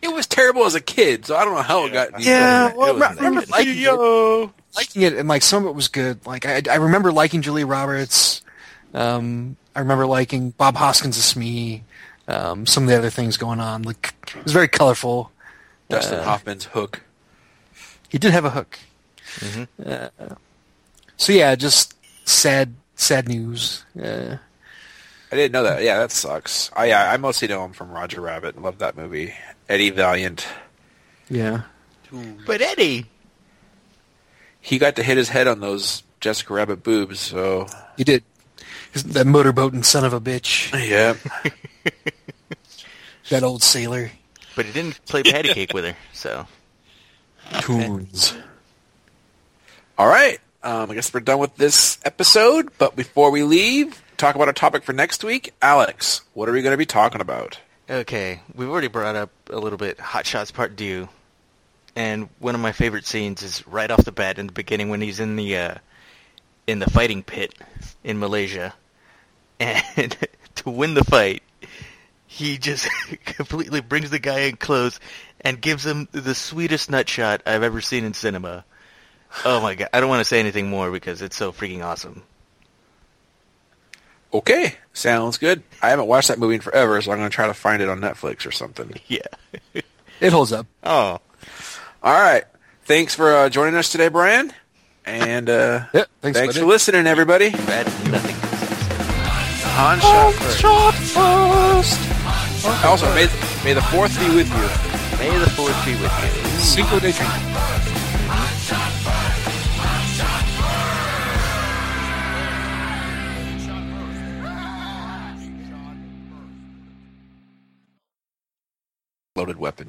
A: It was terrible as a kid, so I don't know how it got.
E: Yeah,
A: it
E: well,
A: was
E: remember-
A: nice.
E: liking it.
G: Yo.
E: liking it, and like some of it was good. Like I, I remember liking Julie Roberts. Um, I remember liking Bob Hoskins as Smee. Um, some of the other things going on. Like it was very colorful.
A: Dustin Hoffman's Hook.
E: He did have a hook. Uh, so yeah, just sad, sad news. Uh,
A: I didn't know that. Yeah, that sucks. I I I mostly know him from Roger Rabbit. Love that movie. Eddie Valiant.
E: yeah.
F: But Eddie,
A: He got to hit his head on those Jessica Rabbit boobs. So
E: You did. He's That motorboating son of a bitch.
A: yeah,
E: That old sailor.
F: but he didn't [LAUGHS] play patty cake with her, so
A: tunes. All right. Um, I guess we're done with this episode. But before we leave, talk about our topic for next week. Alex, what are we going to be talking about?
F: Okay, we've already brought up a little bit Hot Shots Part Two, and one of my favorite scenes is right off the bat in the beginning when he's in the uh, in the fighting pit in Malaysia, and [LAUGHS] to win the fight, he just [LAUGHS] completely brings the guy in close and gives him the sweetest nut shot I've ever seen in cinema. Oh my god! I don't want to say anything more because it's so freaking awesome.
A: Okay, sounds good. I haven't watched that movie in forever, so I'm going to try to find it on Netflix or something.
F: Yeah.
E: It holds up.
F: Oh.
A: All right. Thanks for uh, joining us today, Brian. And
E: [LAUGHS]
A: uh,
E: Yep, thanks,
A: thanks for
E: buddy.
A: listening, everybody.
F: Bad nothing.
A: Han shot first. Also, may, may the fourth be with you.
F: May the fourth be with you.
E: Cinco de Mayo.
A: Loaded weapon.